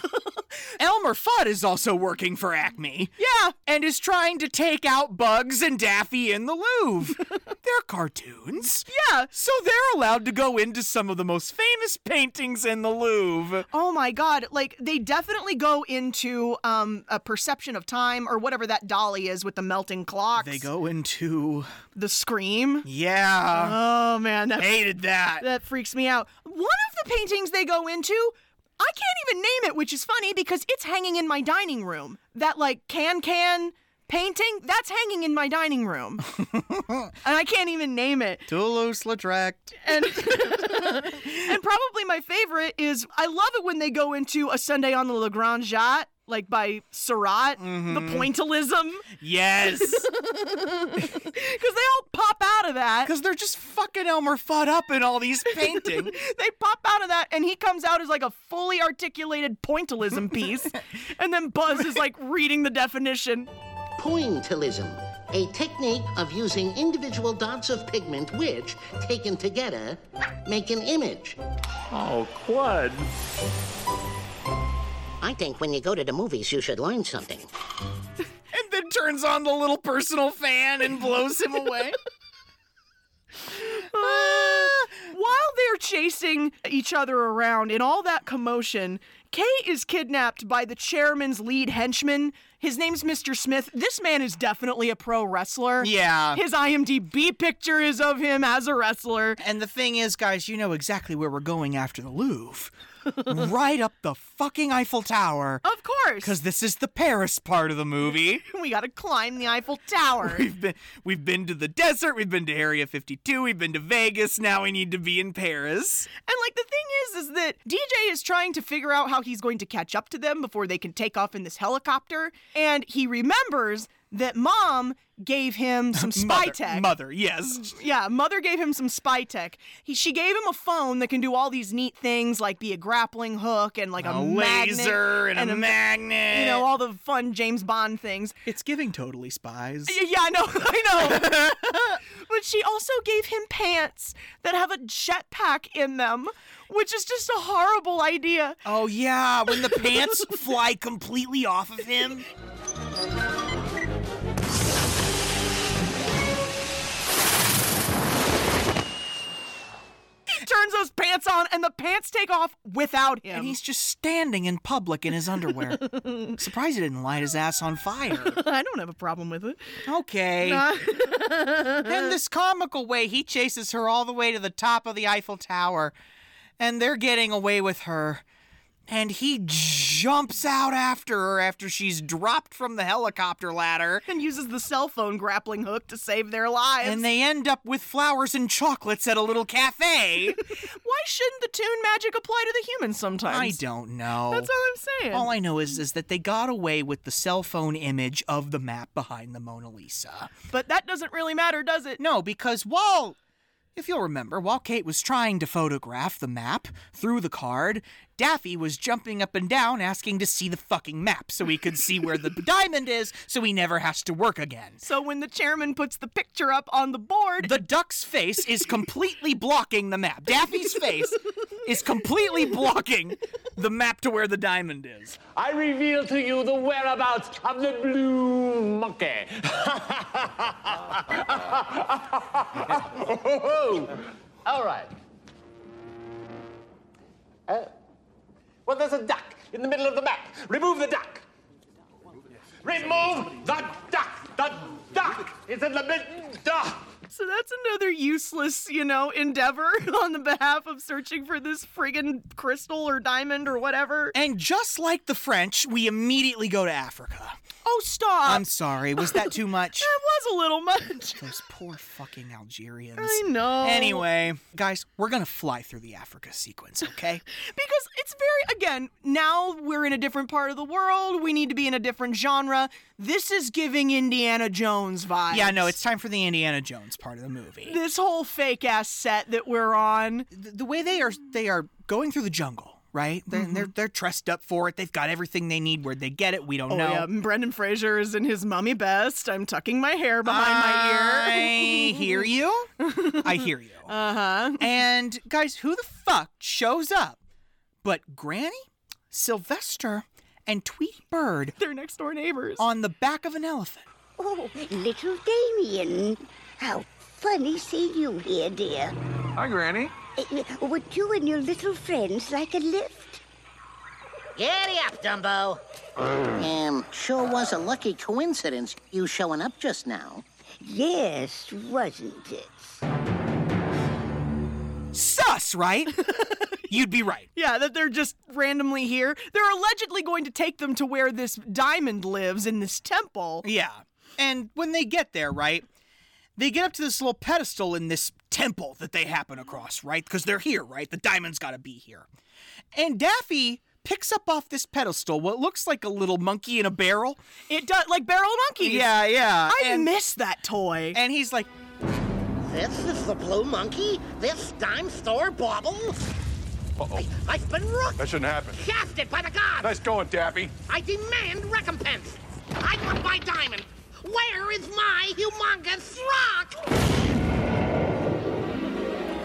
Speaker 1: Elmer Fudd is also working for Acme. Yeah. And is trying to take out Bugs and Daffy in the Louvre. they're cartoons.
Speaker 2: Yeah.
Speaker 1: So they're allowed to go into some of the most famous paintings in the Louvre.
Speaker 2: Oh my god, like they definitely go into um a perception of time or whatever that dolly is with the melting clocks.
Speaker 1: They go into.
Speaker 2: the scream.
Speaker 1: Yeah.
Speaker 2: Oh man, that
Speaker 1: Hated that.
Speaker 2: That freaks me out. One of the paintings they go into, I can't even name it, which is funny because it's hanging in my dining room. That like can can painting, that's hanging in my dining room. and I can't even name it.
Speaker 1: Toulouse-Lautrec.
Speaker 2: And and probably my favorite is I love it when they go into a Sunday on the Lagrange Jatte, like by Surratt, the
Speaker 1: Mhm.
Speaker 2: pointillism.
Speaker 1: Yes.
Speaker 2: Because they all pop out of that. Because
Speaker 1: they're just fucking Elmer Fudd up in all these painting.
Speaker 2: they pop out of that, and he comes out as like a fully articulated pointillism piece. and then Buzz is like reading the definition.
Speaker 4: Pointillism, a technique of using individual dots of pigment which, taken together, make an image.
Speaker 16: Oh, Quad.
Speaker 4: I think when you go to the movies, you should learn something.
Speaker 1: and then turns on the little personal fan and blows him away.
Speaker 2: Ah. While they're chasing each other around in all that commotion, Kay is kidnapped by the chairman's lead henchman. His name's Mr. Smith. This man is definitely a pro wrestler.
Speaker 1: Yeah.
Speaker 2: His IMDb picture is of him as a wrestler.
Speaker 1: And the thing is, guys, you know exactly where we're going after the Louvre. right up the fucking Eiffel Tower.
Speaker 2: Of course.
Speaker 1: Because this is the Paris part of the movie.
Speaker 2: we gotta climb the Eiffel Tower.
Speaker 1: We've been we've been to the desert, we've been to Area 52, we've been to Vegas, now we need to be in Paris.
Speaker 2: And like the thing is, is that DJ is trying to figure out how he's going to catch up to them before they can take off in this helicopter, and he remembers that mom gave him some spy
Speaker 1: Mother-
Speaker 2: tech.
Speaker 1: Mother, yes.
Speaker 2: Yeah, mother gave him some spy tech. He, she gave him a phone that can do all these neat things, like be a grappling hook and like a,
Speaker 1: A
Speaker 2: magnet
Speaker 1: laser and a magnet.
Speaker 2: You know all the fun James Bond things.
Speaker 1: It's giving totally spies.
Speaker 2: Y- Yeah, I know, I know. but she also gave him pants that have a jetpack in them, which is just a horrible idea.
Speaker 1: Oh yeah, when the pants fly completely off of him.
Speaker 2: He turns those pants on, and the pants take off without him.
Speaker 1: And he's just standing in public in his underwear. Surprised he didn't light his ass on fire.
Speaker 2: I don't have a problem with it.
Speaker 1: Okay. in this comical way, he chases her all the way to the top of the Eiffel Tower, and they're getting away with her. And he jumps out after her after she's dropped from the helicopter ladder.
Speaker 2: And uses the cell phone grappling hook to save their lives.
Speaker 1: And they end up with flowers and chocolates at a little cafe.
Speaker 2: Why shouldn't the tune magic apply to the humans sometimes?
Speaker 1: I don't know.
Speaker 2: That's all I'm saying.
Speaker 1: All I know is is that they got away with the cell phone image of the map behind the Mona Lisa.
Speaker 2: But that doesn't really matter, does it?
Speaker 1: No, because while If you'll remember, while Kate was trying to photograph the map through the card, Daffy was jumping up and down asking to see the fucking map so he could see where the diamond is so he never has to work again.
Speaker 2: So when the chairman puts the picture up on the board,
Speaker 1: the duck's face is completely blocking the map. Daffy's face is completely blocking the map to where the diamond is.
Speaker 16: I reveal to you the whereabouts of the blue monkey.
Speaker 15: All right. Uh, well, there's a duck in the middle of the map. Remove the duck. Remove the duck. The duck is in the middle. Duh.
Speaker 2: So that's another useless, you know, endeavor on the behalf of searching for this friggin' crystal or diamond or whatever.
Speaker 1: And just like the French, we immediately go to Africa.
Speaker 2: Oh, stop.
Speaker 1: I'm sorry, was that too much?
Speaker 2: that was a little much.
Speaker 1: Those poor fucking Algerians.
Speaker 2: I know.
Speaker 1: Anyway, guys, we're gonna fly through the Africa sequence, okay?
Speaker 2: because it's very, again, now we're in a different part of the world. We need to be in a different genre. This is giving Indiana Jones vibes.
Speaker 1: yeah, no, it's time for the Indiana Jones part of the movie.
Speaker 2: This whole fake ass set that we're on.
Speaker 1: The, the way they are, they are going through the jungle. Right? They're, they're they're dressed up for it. They've got everything they need. Where they get it, we don't
Speaker 2: Oh,
Speaker 1: know.
Speaker 2: yeah. Brendan Fraser is in his mummy best. I'm tucking my hair behind my ear.
Speaker 1: I hear you. I hear you.
Speaker 2: Uh huh.
Speaker 1: And guys, who the fuck shows up? But Granny, Sylvester, and Tweety Bird
Speaker 2: They're next door neighbors.
Speaker 1: on the back of an elephant.
Speaker 18: Oh, little Damien. How funny seeing you here, dear.
Speaker 16: Hi, Granny.
Speaker 18: Eh, Would you and your little friends like a lift?
Speaker 4: Giddy up, Dumbo. Um, sure was a lucky coincidence you showing up just now.
Speaker 18: Yes, wasn't it?
Speaker 1: Sus, right? You'd be right.
Speaker 2: Yeah, that they're just randomly here. They're allegedly going to take them to where this diamond lives in this temple.
Speaker 1: Yeah. And when they get there, right, they get up to this little pedestal in this temple that they happen across, right? Because they're here, right? The diamond's got to be here. And Daffy picks up off this pedestal what looks like a little monkey in a barrel.
Speaker 2: It does, like Barrel Monkeys.
Speaker 1: Yeah, yeah.
Speaker 2: I
Speaker 1: and,
Speaker 2: miss that toy.
Speaker 1: and he's like,
Speaker 4: This is the blue monkey? This dime store bauble?
Speaker 9: Uh-oh.
Speaker 4: I've been rooked,
Speaker 9: That shouldn't happen.
Speaker 4: shafted by the gods!
Speaker 9: Nice going, Daffy.
Speaker 4: I demand recompense! I want my diamond! Where is my humongous rock?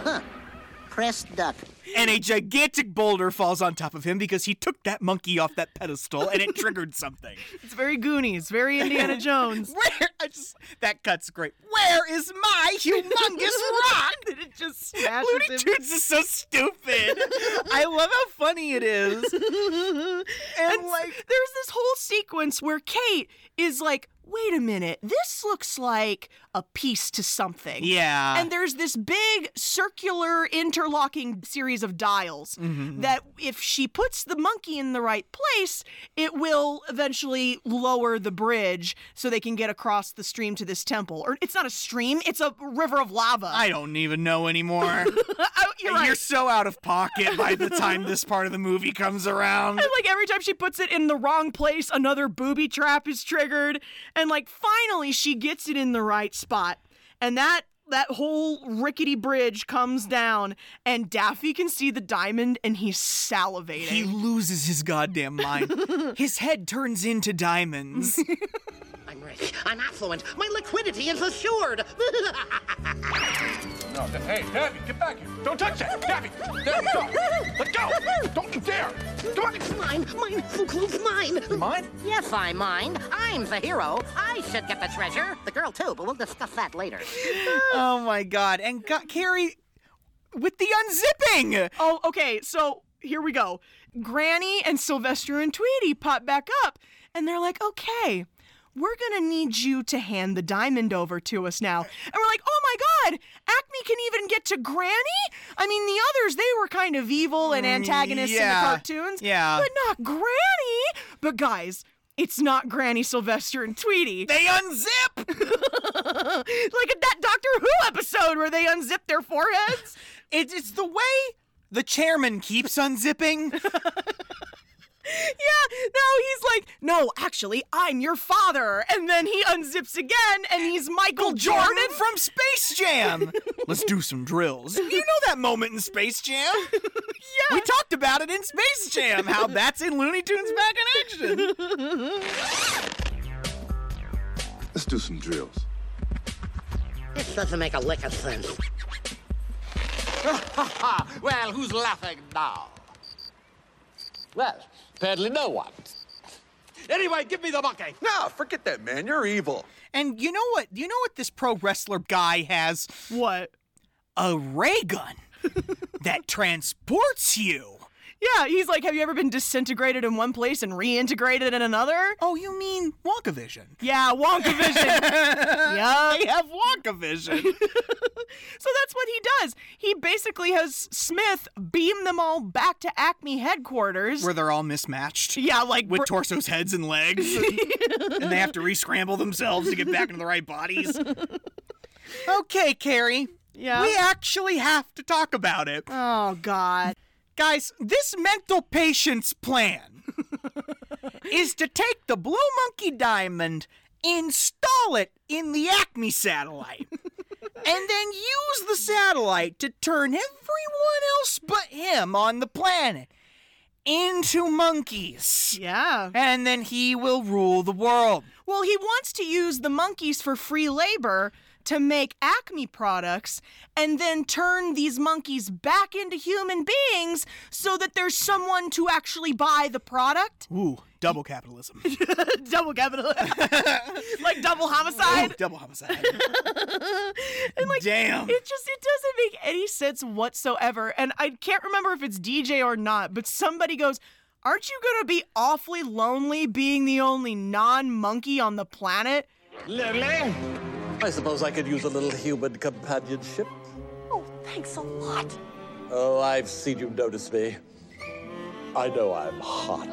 Speaker 4: Huh. Pressed duck.
Speaker 1: and a gigantic boulder falls on top of him because he took that monkey off that pedestal and it triggered something.
Speaker 2: it's very Goonies, very Indiana Jones.
Speaker 1: Where I just that cuts great. Where is my humongous rock?
Speaker 2: Did it just smashes
Speaker 1: Looney
Speaker 2: him?
Speaker 1: Tunes is so stupid. I love how funny it is.
Speaker 2: and like there's this whole sequence where Kate is like, wait a minute, this looks like a piece to something.
Speaker 1: Yeah.
Speaker 2: And there's this big circular interlocking series of dials that if she puts the monkey in the right place, it will eventually lower the bridge so they can get across the stream to this temple. Or it's not a stream, it's a river of lava.
Speaker 1: I don't even know anymore.
Speaker 2: Oh, you're right.
Speaker 1: You're so out of pocket by the time this part of the movie comes around.
Speaker 2: And like every time she puts it in the wrong place, another booby trap is triggered. And like finally she gets it in the right spot. And that that whole rickety bridge comes down and Daffy can see the diamond and he's salivating.
Speaker 1: He loses his goddamn mind. His head turns into diamonds.
Speaker 4: I'm rich. I'm affluent. My liquidity is assured.
Speaker 14: No, da- hey, Daffy, get back here. Don't touch that. Daffy, Daffy, go. Let go. Don't you dare. Come on.
Speaker 4: mine, mine, so close, mine.
Speaker 14: Mine?
Speaker 4: Yes, I mine. I'm the hero. I should get the treasure. The girl too, but we'll discuss that later.
Speaker 1: oh my god. And got Carrie with the unzipping.
Speaker 2: Oh, okay. So here we go. Granny and Sylvester and Tweety pop back up, and they're like, okay. We're gonna need you to hand the diamond over to us now. And we're like, oh my god, Acme can even get to Granny? I mean, the others, they were kind of evil and antagonists
Speaker 1: Mm, yeah,
Speaker 2: in the cartoons.
Speaker 1: yeah.
Speaker 2: But not Granny! But guys, it's not Granny, Sylvester, and Tweety.
Speaker 1: They unzip.
Speaker 2: like at that Doctor Who episode where they unzip their foreheads.
Speaker 1: It's it's the way the chairman keeps unzipping.
Speaker 2: Yeah, no, he's like, no, actually, I'm your father. And then he unzips again, and he's Michael Jordan,
Speaker 1: from Space Jam. Let's do some drills. You know that moment in Space Jam? yeah. We talked about it in Space Jam, how that's in Looney Tunes back in action.
Speaker 21: Let's do some drills.
Speaker 4: This doesn't make a lick of sense.
Speaker 15: well, who's laughing now? Well, apparently no one. Anyway, give me the monkey.
Speaker 9: Nah, forget that, man. You're evil.
Speaker 1: And you know what? You know what this pro wrestler guy has?
Speaker 2: What?
Speaker 1: A ray gun that transports you.
Speaker 2: Yeah, he's like, have you ever been disintegrated in one place and reintegrated in another?
Speaker 1: Oh, you mean Wonkavision?
Speaker 2: Yeah, Wonkavision. yeah,
Speaker 1: they have Wonkavision.
Speaker 2: So that's what he does. He basically has Smith beam them all back to Acme headquarters.
Speaker 1: Where they're all mismatched.
Speaker 2: Yeah, like
Speaker 1: with
Speaker 2: br-
Speaker 1: torsos, heads, and legs. and they have to re-scramble themselves to get back into the right bodies. Okay, Carrie.
Speaker 2: Yeah.
Speaker 1: We actually have to talk about it.
Speaker 2: Oh, God.
Speaker 1: Guys, this mental patient's plan is to take the Blue Monkey Diamond, install it in the Acme satellite, and then use the satellite to turn everyone else but him on the planet into monkeys.
Speaker 2: Yeah.
Speaker 1: And then he will rule the world.
Speaker 2: Well, he wants to use the monkeys for free labor to make Acme products and then turn these monkeys back into human beings so that there's someone to actually buy the product.
Speaker 1: Ooh, double capitalism.
Speaker 2: double capital. like double homicide.
Speaker 1: double homicide.
Speaker 2: and like
Speaker 1: Damn.
Speaker 2: it just it doesn't make any sense whatsoever and i can't remember if it's dj or not but somebody goes aren't you gonna be awfully lonely being the only non-monkey on the planet
Speaker 15: Lily? I suppose I could use a little human companionship.
Speaker 19: Oh, thanks a lot.
Speaker 15: Oh, I've seen you notice me. I know I'm hot.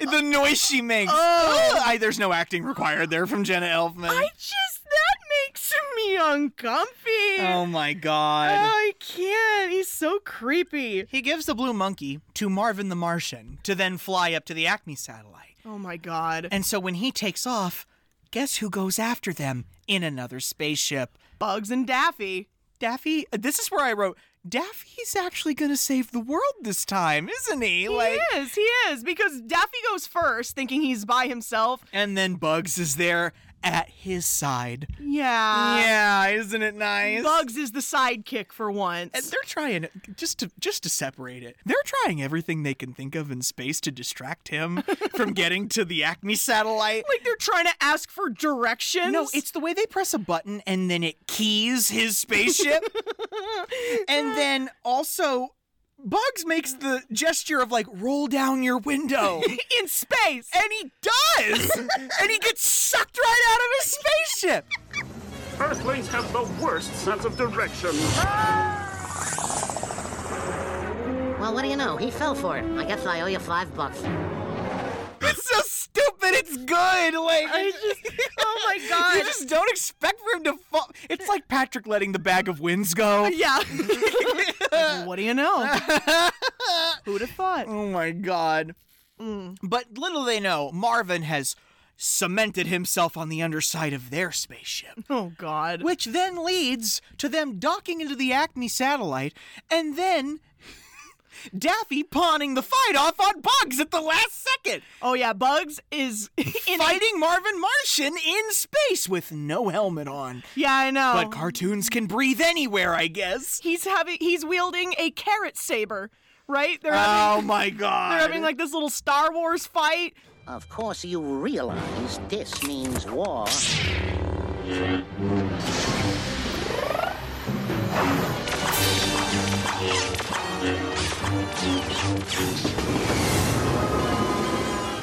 Speaker 1: the noise she makes.
Speaker 2: Oh.
Speaker 1: Ugh, I, there's no acting required there from Jenna Elfman.
Speaker 2: i just that makes me uncomfy
Speaker 1: Oh my god.
Speaker 2: i can't he's so creepy
Speaker 1: He gives the blue monkey to Marvin the Martian to then fly up to the Acme satellite.
Speaker 2: oh my god
Speaker 1: And so when he takes off, guess who goes after them in another spaceship?
Speaker 2: bugs and daffy
Speaker 1: Daffy, this is where I wrote Daffy's actually going to save the world this time, isn't he? like
Speaker 2: he is he is because daffy goes first thinking he's by himself
Speaker 1: and then Bugs is there at his side.
Speaker 2: yeah
Speaker 1: yeah, isn't it nice?
Speaker 2: Uh, Bugs is the sidekick for once.
Speaker 1: And they're trying just to just to separate it. They're trying everything they can think of in space to distract him from getting to the Acme satellite.
Speaker 2: like they're trying to ask for directions.
Speaker 1: No, it's the way they press a button and then it keys his spaceship. and then also, Bugs makes the gesture of like, roll down your window.
Speaker 2: in space.
Speaker 1: and he does! and he gets sucked right out of his spaceship!
Speaker 13: Earthlings have the worst sense of direction.
Speaker 4: Well, what do you know? He fell for it. I guess I owe you five bucks.
Speaker 1: It's so stupid, it's good! Like,
Speaker 2: I just, oh my
Speaker 1: you
Speaker 2: god.
Speaker 1: just don't expect for him to fall. It's like Patrick letting the bag of winds go.
Speaker 2: yeah. Like, what do you know? Who'd have thought?
Speaker 1: Oh my god. But little they know, Marvin has cemented himself on the underside of their spaceship.
Speaker 2: Oh god.
Speaker 1: Which then leads to them docking into the Acme satellite, and then Daffy pawning the fight off on Bugs at the last second,
Speaker 2: Oh yeah, Bugs is in
Speaker 1: fighting Marvin Martian in space with no helmet on.
Speaker 2: Yeah, I know.
Speaker 1: But cartoons can breathe anywhere, I guess.
Speaker 2: he's having he's wielding a carrot saber, right? They're having
Speaker 1: Oh my god.
Speaker 2: they're having like this little Star Wars fight.
Speaker 4: Of course, you realize this means war.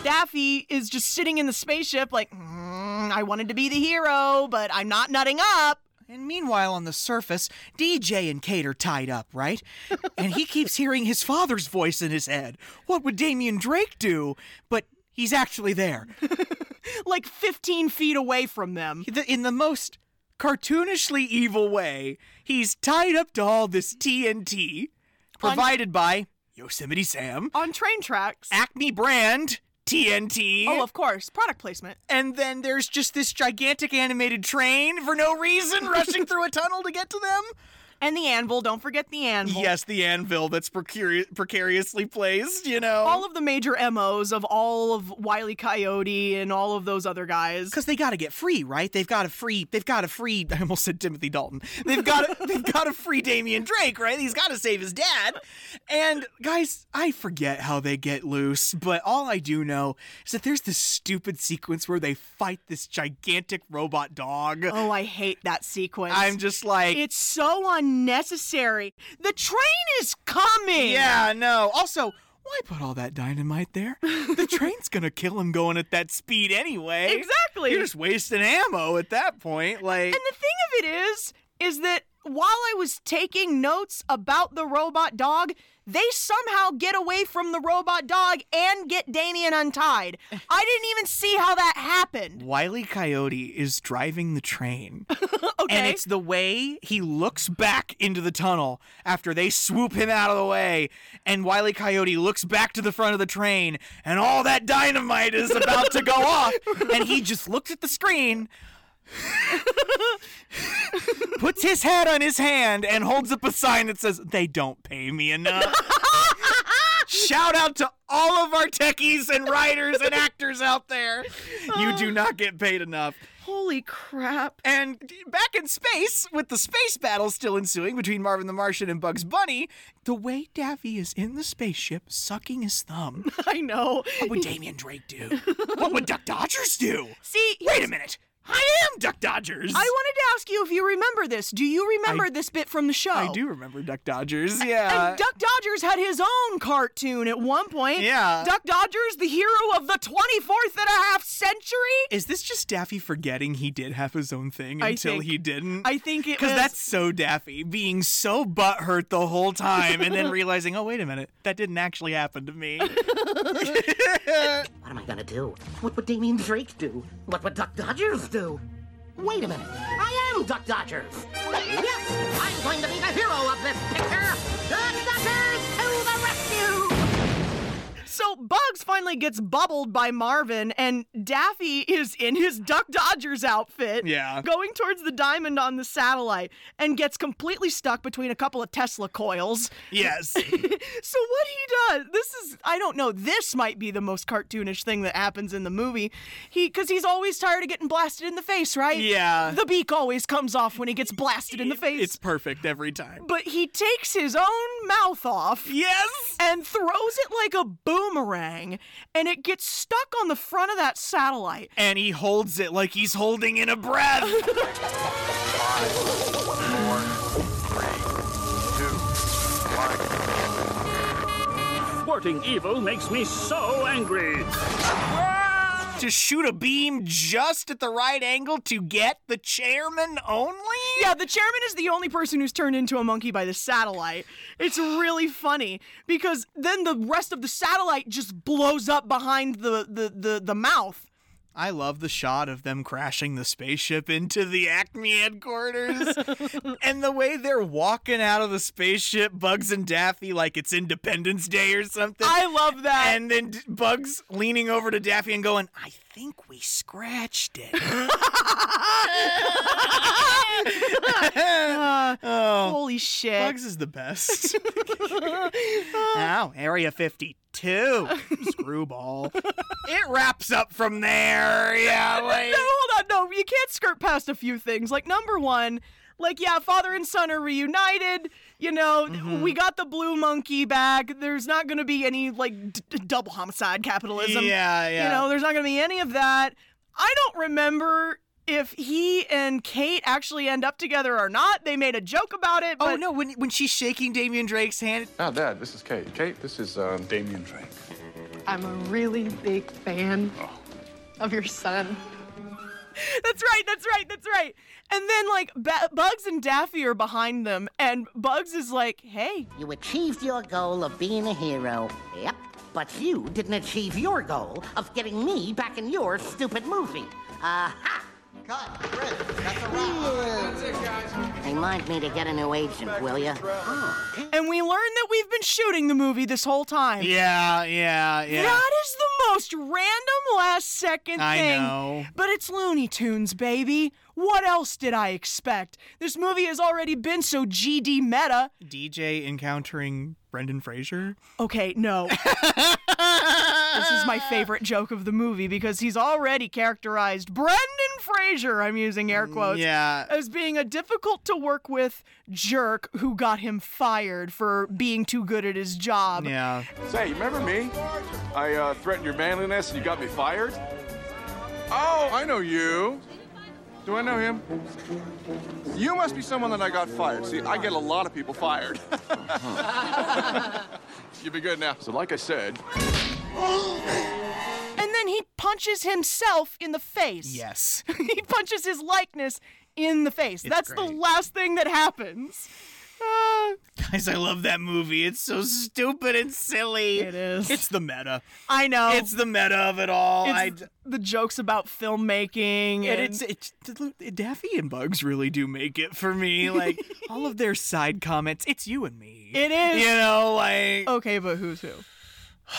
Speaker 2: Daffy is just sitting in the spaceship like, "Mm, I wanted to be the hero, but I'm not nutting up.
Speaker 1: And meanwhile, on the surface, DJ and Kate are tied up, right? and he keeps hearing his father's voice in his head. What would Damian Drake do? But he's actually there.
Speaker 2: Like 15 feet away from them.
Speaker 1: The- In the most cartoonishly evil way, he's tied up to all this TNT provided by Yosemite Sam,
Speaker 2: on train tracks.
Speaker 1: Acme brand, TNT.
Speaker 2: Oh, of course, product placement.
Speaker 1: And then there's just this gigantic animated train for no reason rushing through a tunnel to get to them.
Speaker 2: And the anvil, don't forget the anvil.
Speaker 1: Yes, the anvil that's precari- precariously placed, you know.
Speaker 2: All of the major MOs of all of Wiley Coyote and all of those other guys.
Speaker 1: Because they got to get free, right? They've got to free. They've got to free. I almost said Timothy Dalton. They've got. to they've got to free Damian Drake, right? He's got to save his dad. And guys, I forget how they get loose, but all I do know is that there's this stupid sequence where they fight this gigantic robot dog.
Speaker 2: Oh, I hate that sequence.
Speaker 1: I'm just like
Speaker 2: it's so unnecessary. The train is coming.
Speaker 1: Yeah, no. Also, why put all that dynamite there? The train's gonna kill him going at that speed anyway.
Speaker 2: Exactly.
Speaker 1: You're just wasting ammo at that point. Like,
Speaker 2: And the thing of it is, is that while I was taking notes about the robot dog, they somehow get away from the robot dog and get Damien untied. I didn't even see how that happened.
Speaker 1: Wiley Coyote is driving the train.
Speaker 2: Okay.
Speaker 1: And it's the way he looks back into the tunnel after they swoop him out of the way. And Wiley Coyote looks back to the front of the train, and all that dynamite is about to go off. And he just looks at the screen, puts his head on his hand, and holds up a sign that says, They don't pay me enough. Shout out to all of our techies and writers and actors out there. You do not get paid enough.
Speaker 2: Holy crap.
Speaker 1: And back in space, with the space battle still ensuing between Marvin the Martian and Bugs Bunny, the way Daffy is in the spaceship sucking his thumb.
Speaker 2: I know.
Speaker 1: What would Damian Drake do? what would Duck Dodgers do?
Speaker 2: See,
Speaker 1: Wait a minute. I am Duck Dodgers.
Speaker 2: I wanted to ask you if you remember this. Do you remember
Speaker 1: I-
Speaker 2: this bit from the show?
Speaker 1: I do remember Duck Dodgers, yeah.
Speaker 2: And Duck Dodgers had his own cartoon at one point.
Speaker 1: Yeah.
Speaker 2: Duck Dodgers, the hero of the 24th and a half century.
Speaker 1: is this just Daffy forgetting he did have his own thing
Speaker 2: I
Speaker 1: until
Speaker 2: think-
Speaker 1: he didn't?
Speaker 2: I think it
Speaker 1: Because
Speaker 2: was.
Speaker 1: that's so Daffy, being so butthurt the whole time and then realizing, oh, wait a minute, that didn't actually happen to me.
Speaker 4: What am I gonna do? What would Damien Drake do? What would Duck Dodgers do? Wait a minute. I am Duck Dodgers. Yes, I'm going to be the hero of this picture. Duck Dodgers to the rescue!
Speaker 2: So Bugs finally gets bubbled by Marvin, and Daffy is in his Duck Dodgers outfit.
Speaker 1: Yeah.
Speaker 2: Going towards the diamond on the satellite and gets completely stuck between a couple of Tesla coils.
Speaker 1: yes.
Speaker 2: So what he does, this is I don't know, this might be the most cartoonish thing that happens in the movie. He cuz he's always tired of getting blasted in the face, right?
Speaker 1: Yeah.
Speaker 2: The beak always comes off when he gets blasted in the face.
Speaker 1: It's perfect every time.
Speaker 2: but he takes his own mouth off.
Speaker 1: Yes!
Speaker 2: And throws it like a boomerang and it gets stuck on the front of that satellite.
Speaker 1: And he holds it like he's holding in a breath.
Speaker 3: Thwarting evil makes me so angry.
Speaker 1: to shoot a beam just at the right angle to get the chairman only?
Speaker 2: Yeah, the chairman is the only person who's turned into a monkey by the satellite. It's really funny because then the rest of the satellite just blows up behind the the the, the mouth.
Speaker 1: I love the shot of them crashing the spaceship into the Acme headquarters. and the way they're walking out of the spaceship, Bugs and Daffy, like it's Independence Day or something.
Speaker 2: I love that.
Speaker 1: and then D- Bugs leaning over to Daffy and going, I think we scratched it.
Speaker 2: Uh,
Speaker 1: Oh.
Speaker 2: Holy shit.
Speaker 1: Bugs is the best. Now, Area 52. Screwball. It wraps up from there. Yeah, like.
Speaker 2: no, hold on. No, you can't skirt past a few things. Like number one, like yeah, father and son are reunited. You know,
Speaker 1: Mm-hmm.
Speaker 2: we got the blue monkey back. There's not going to be any like d- d- double homicide capitalism.
Speaker 1: Yeah, yeah.
Speaker 2: You know, there's not going to be any of that. I don't remember if he and Kate actually end up together or not. They made a joke about it.
Speaker 1: Oh
Speaker 2: but-
Speaker 1: no! When when she's shaking Damian Drake's hand,
Speaker 9: Ah, Dad, this is Kate. Kate, this is um, Damien Drake.
Speaker 7: I'm a really big fan of your son.
Speaker 2: That's right, that's right, that's right. And then, like, ba- Bugs and Daffy are behind them, and Bugs is like, hey,
Speaker 4: You achieved your goal of being a hero. Yep. But you didn't achieve your goal of getting me back in your stupid movie. Aha! Cut. Chris, that's a wrap. Remind me to get a new agent, will you?
Speaker 2: And we learn that we've been shooting the movie this whole time.
Speaker 1: Yeah, yeah, yeah.
Speaker 2: That is the most random last second thing.
Speaker 1: I know.
Speaker 2: But it's Looney Tunes, baby. What else did I expect? This movie has already been so GD meta.
Speaker 1: DJ encountering Brendan Fraser.
Speaker 2: Okay, no. this is my favorite joke of the movie because he's already characterized Brendan Fraser, I'm using air quotes,
Speaker 1: Mm, yeah.
Speaker 2: as being a difficult to work with jerk who got him fired for being too good at his job.
Speaker 1: Yeah.
Speaker 14: Say, you remember me? I uh, threatened your manliness and you got me fired? Oh, I know you. Do I know him? You must be someone that I got fired. See, I get a lot of people fired. You'll be good now. So, like I said,
Speaker 2: And then he punches himself in the face.
Speaker 1: Yes.
Speaker 2: he punches his likeness in the face.
Speaker 1: It's
Speaker 2: That's the
Speaker 1: great.
Speaker 2: last thing that happens. Uh,
Speaker 1: Guys, I love that movie. It's so stupid and silly.
Speaker 2: It is.
Speaker 1: It's the meta.
Speaker 2: I know.
Speaker 1: It's the meta of it all.
Speaker 2: It's
Speaker 1: I
Speaker 2: th- the jokes about filmmaking
Speaker 1: and
Speaker 2: and,
Speaker 1: it's, it's Daffy and Bugs really do make it for me. Like all of their side comments, it's you and me.
Speaker 2: It is. Oh.
Speaker 1: You know, like
Speaker 2: Okay, but who's who?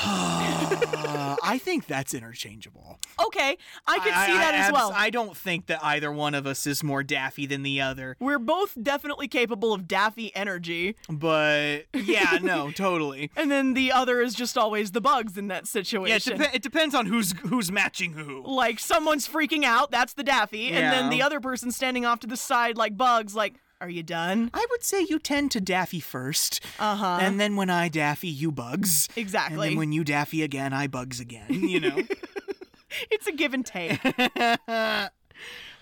Speaker 1: uh, I think that's interchangeable.
Speaker 2: Okay, I could see that as
Speaker 1: abs-
Speaker 2: well.
Speaker 1: I don't think that either one of us is more Daffy than the other.
Speaker 2: We're both definitely capable of daffy energy,
Speaker 1: But yeah, no, totally.
Speaker 2: and then the other is just always the bugs in that
Speaker 1: Yeah, it,
Speaker 2: situation.
Speaker 1: depe- it depends on who's who's matching who.
Speaker 2: like someone's freaking out, that's the daffy, and then
Speaker 1: Yeah.
Speaker 2: the other person standing off to the side like bugs, like, are you done?
Speaker 1: I would say you tend to Daffy first,
Speaker 2: Uh huh.
Speaker 1: and then when I Daffy, you bugs.
Speaker 2: Exactly.
Speaker 1: And then when you Daffy again, I bugs again. You know.
Speaker 2: it's a give and take.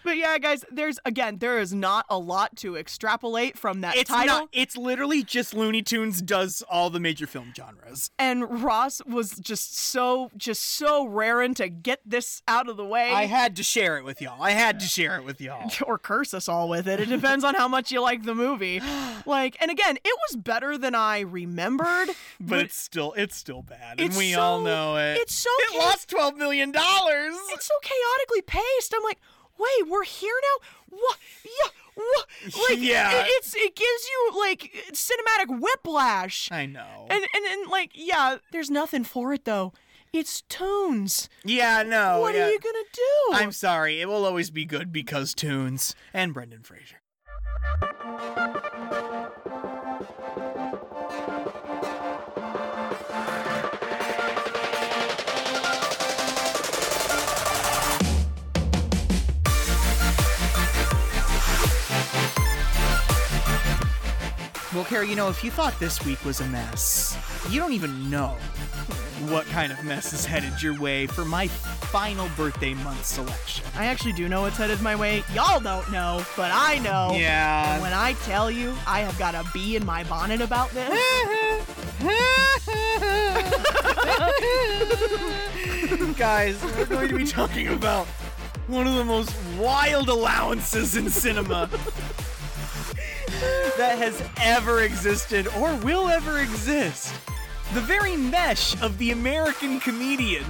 Speaker 2: But yeah, guys, there's again, there is not a lot to extrapolate from that
Speaker 1: it's
Speaker 2: title.
Speaker 1: not. It's literally just Looney Tunes does all the major film genres.
Speaker 2: and Ross was just so just so raring to get this out of the way.
Speaker 1: I had to share it with y'all. I had to share it with y'all.
Speaker 2: or curse us all with it. It depends on how much you like the movie. Like, and again, it was better than I remembered.
Speaker 1: But it's still it's still bad, and
Speaker 2: It's
Speaker 1: we
Speaker 2: so-
Speaker 1: all know it.
Speaker 2: it's so
Speaker 1: it
Speaker 2: cha-
Speaker 1: lost twelve million dollars.
Speaker 2: it's so chaotically paced. I'm like, wait, we're here now. What? Yeah. What? Like,
Speaker 1: Yeah.
Speaker 2: it- it's it gives you like cinematic whiplash.
Speaker 1: I know.
Speaker 2: And and and like, yeah, there's nothing for it though. It's tunes.
Speaker 1: yeah, no.
Speaker 2: what
Speaker 1: yeah.
Speaker 2: are you gonna do?
Speaker 1: I'm sorry. It will always be good because tunes and Brendan Fraser. Well, Carrie, you know, if you thought this week was a mess, you don't even know what kind of mess is headed your way for my final birthday month selection.
Speaker 2: I actually do know what's headed my way. Y'all don't know, but I know.
Speaker 1: Yeah.
Speaker 2: And when I tell you, I have got a bee in my bonnet about this.
Speaker 1: Guys, we're going to be talking about one of the most wild allowances in cinema that has ever existed or will ever exist. The very mesh of the American comedian.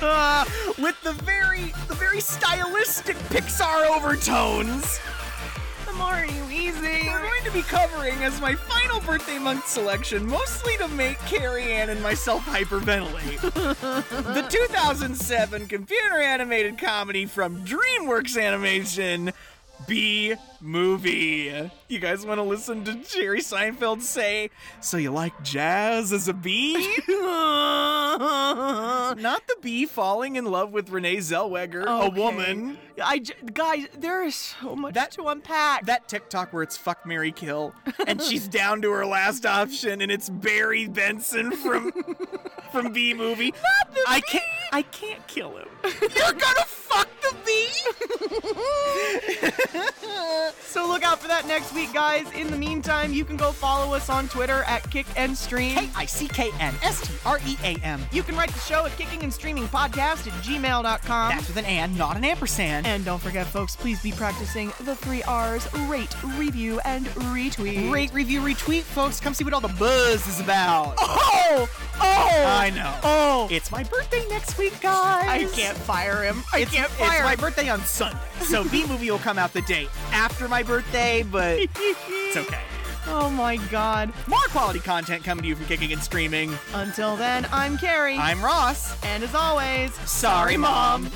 Speaker 1: Uh, with the very the very stylistic Pixar overtones.
Speaker 2: I'm already wheezing.
Speaker 1: We're going to be covering as my final birthday month selection, mostly to make Carrie Ann and myself hyperventilate. the 2007 computer animated comedy from DreamWorks Animation, B Movie. You guys want to listen to Jerry Seinfeld say, So you like jazz as a bee? Not the bee falling in love with Renee Zellweger, a
Speaker 2: Okay.
Speaker 1: woman.
Speaker 2: I j- guys, there is so much to unpack.
Speaker 1: That TikTok where it's fuck Mary Kill and she's down to her last option and it's Barry Benson from from B movie. Not the I can't I can't kill him. You're gonna fuck the bee.
Speaker 2: so look out for that next week, guys. In the meantime, you can go follow us on Twitter at Kick and Stream.
Speaker 1: E K-I-C-K-N-S-T-R-E-A-M.
Speaker 2: You can write the show at kickingandstreamingpodcast and streaming podcast at gmail.com.
Speaker 1: That's with an and, not an ampersand.
Speaker 2: and don't forget, folks, please be practicing the three R's rate, review, and retweet.
Speaker 1: Rate, review, retweet, folks. Come see what all the buzz is about.
Speaker 2: Oh! Oh, oh!
Speaker 1: I know.
Speaker 2: Oh,
Speaker 1: It's my birthday next week, guys.
Speaker 2: I can't fire him. I
Speaker 1: it's,
Speaker 2: can't fire
Speaker 1: It's my
Speaker 2: him.
Speaker 1: birthday on Sunday, so B movie will come out the day after my birthday, but it's okay.
Speaker 2: Oh my God.
Speaker 1: More quality content coming to you from kicking and screaming.
Speaker 2: Until then, I'm Carrie.
Speaker 1: I'm Ross.
Speaker 2: And as always,
Speaker 1: Sorry, Mom.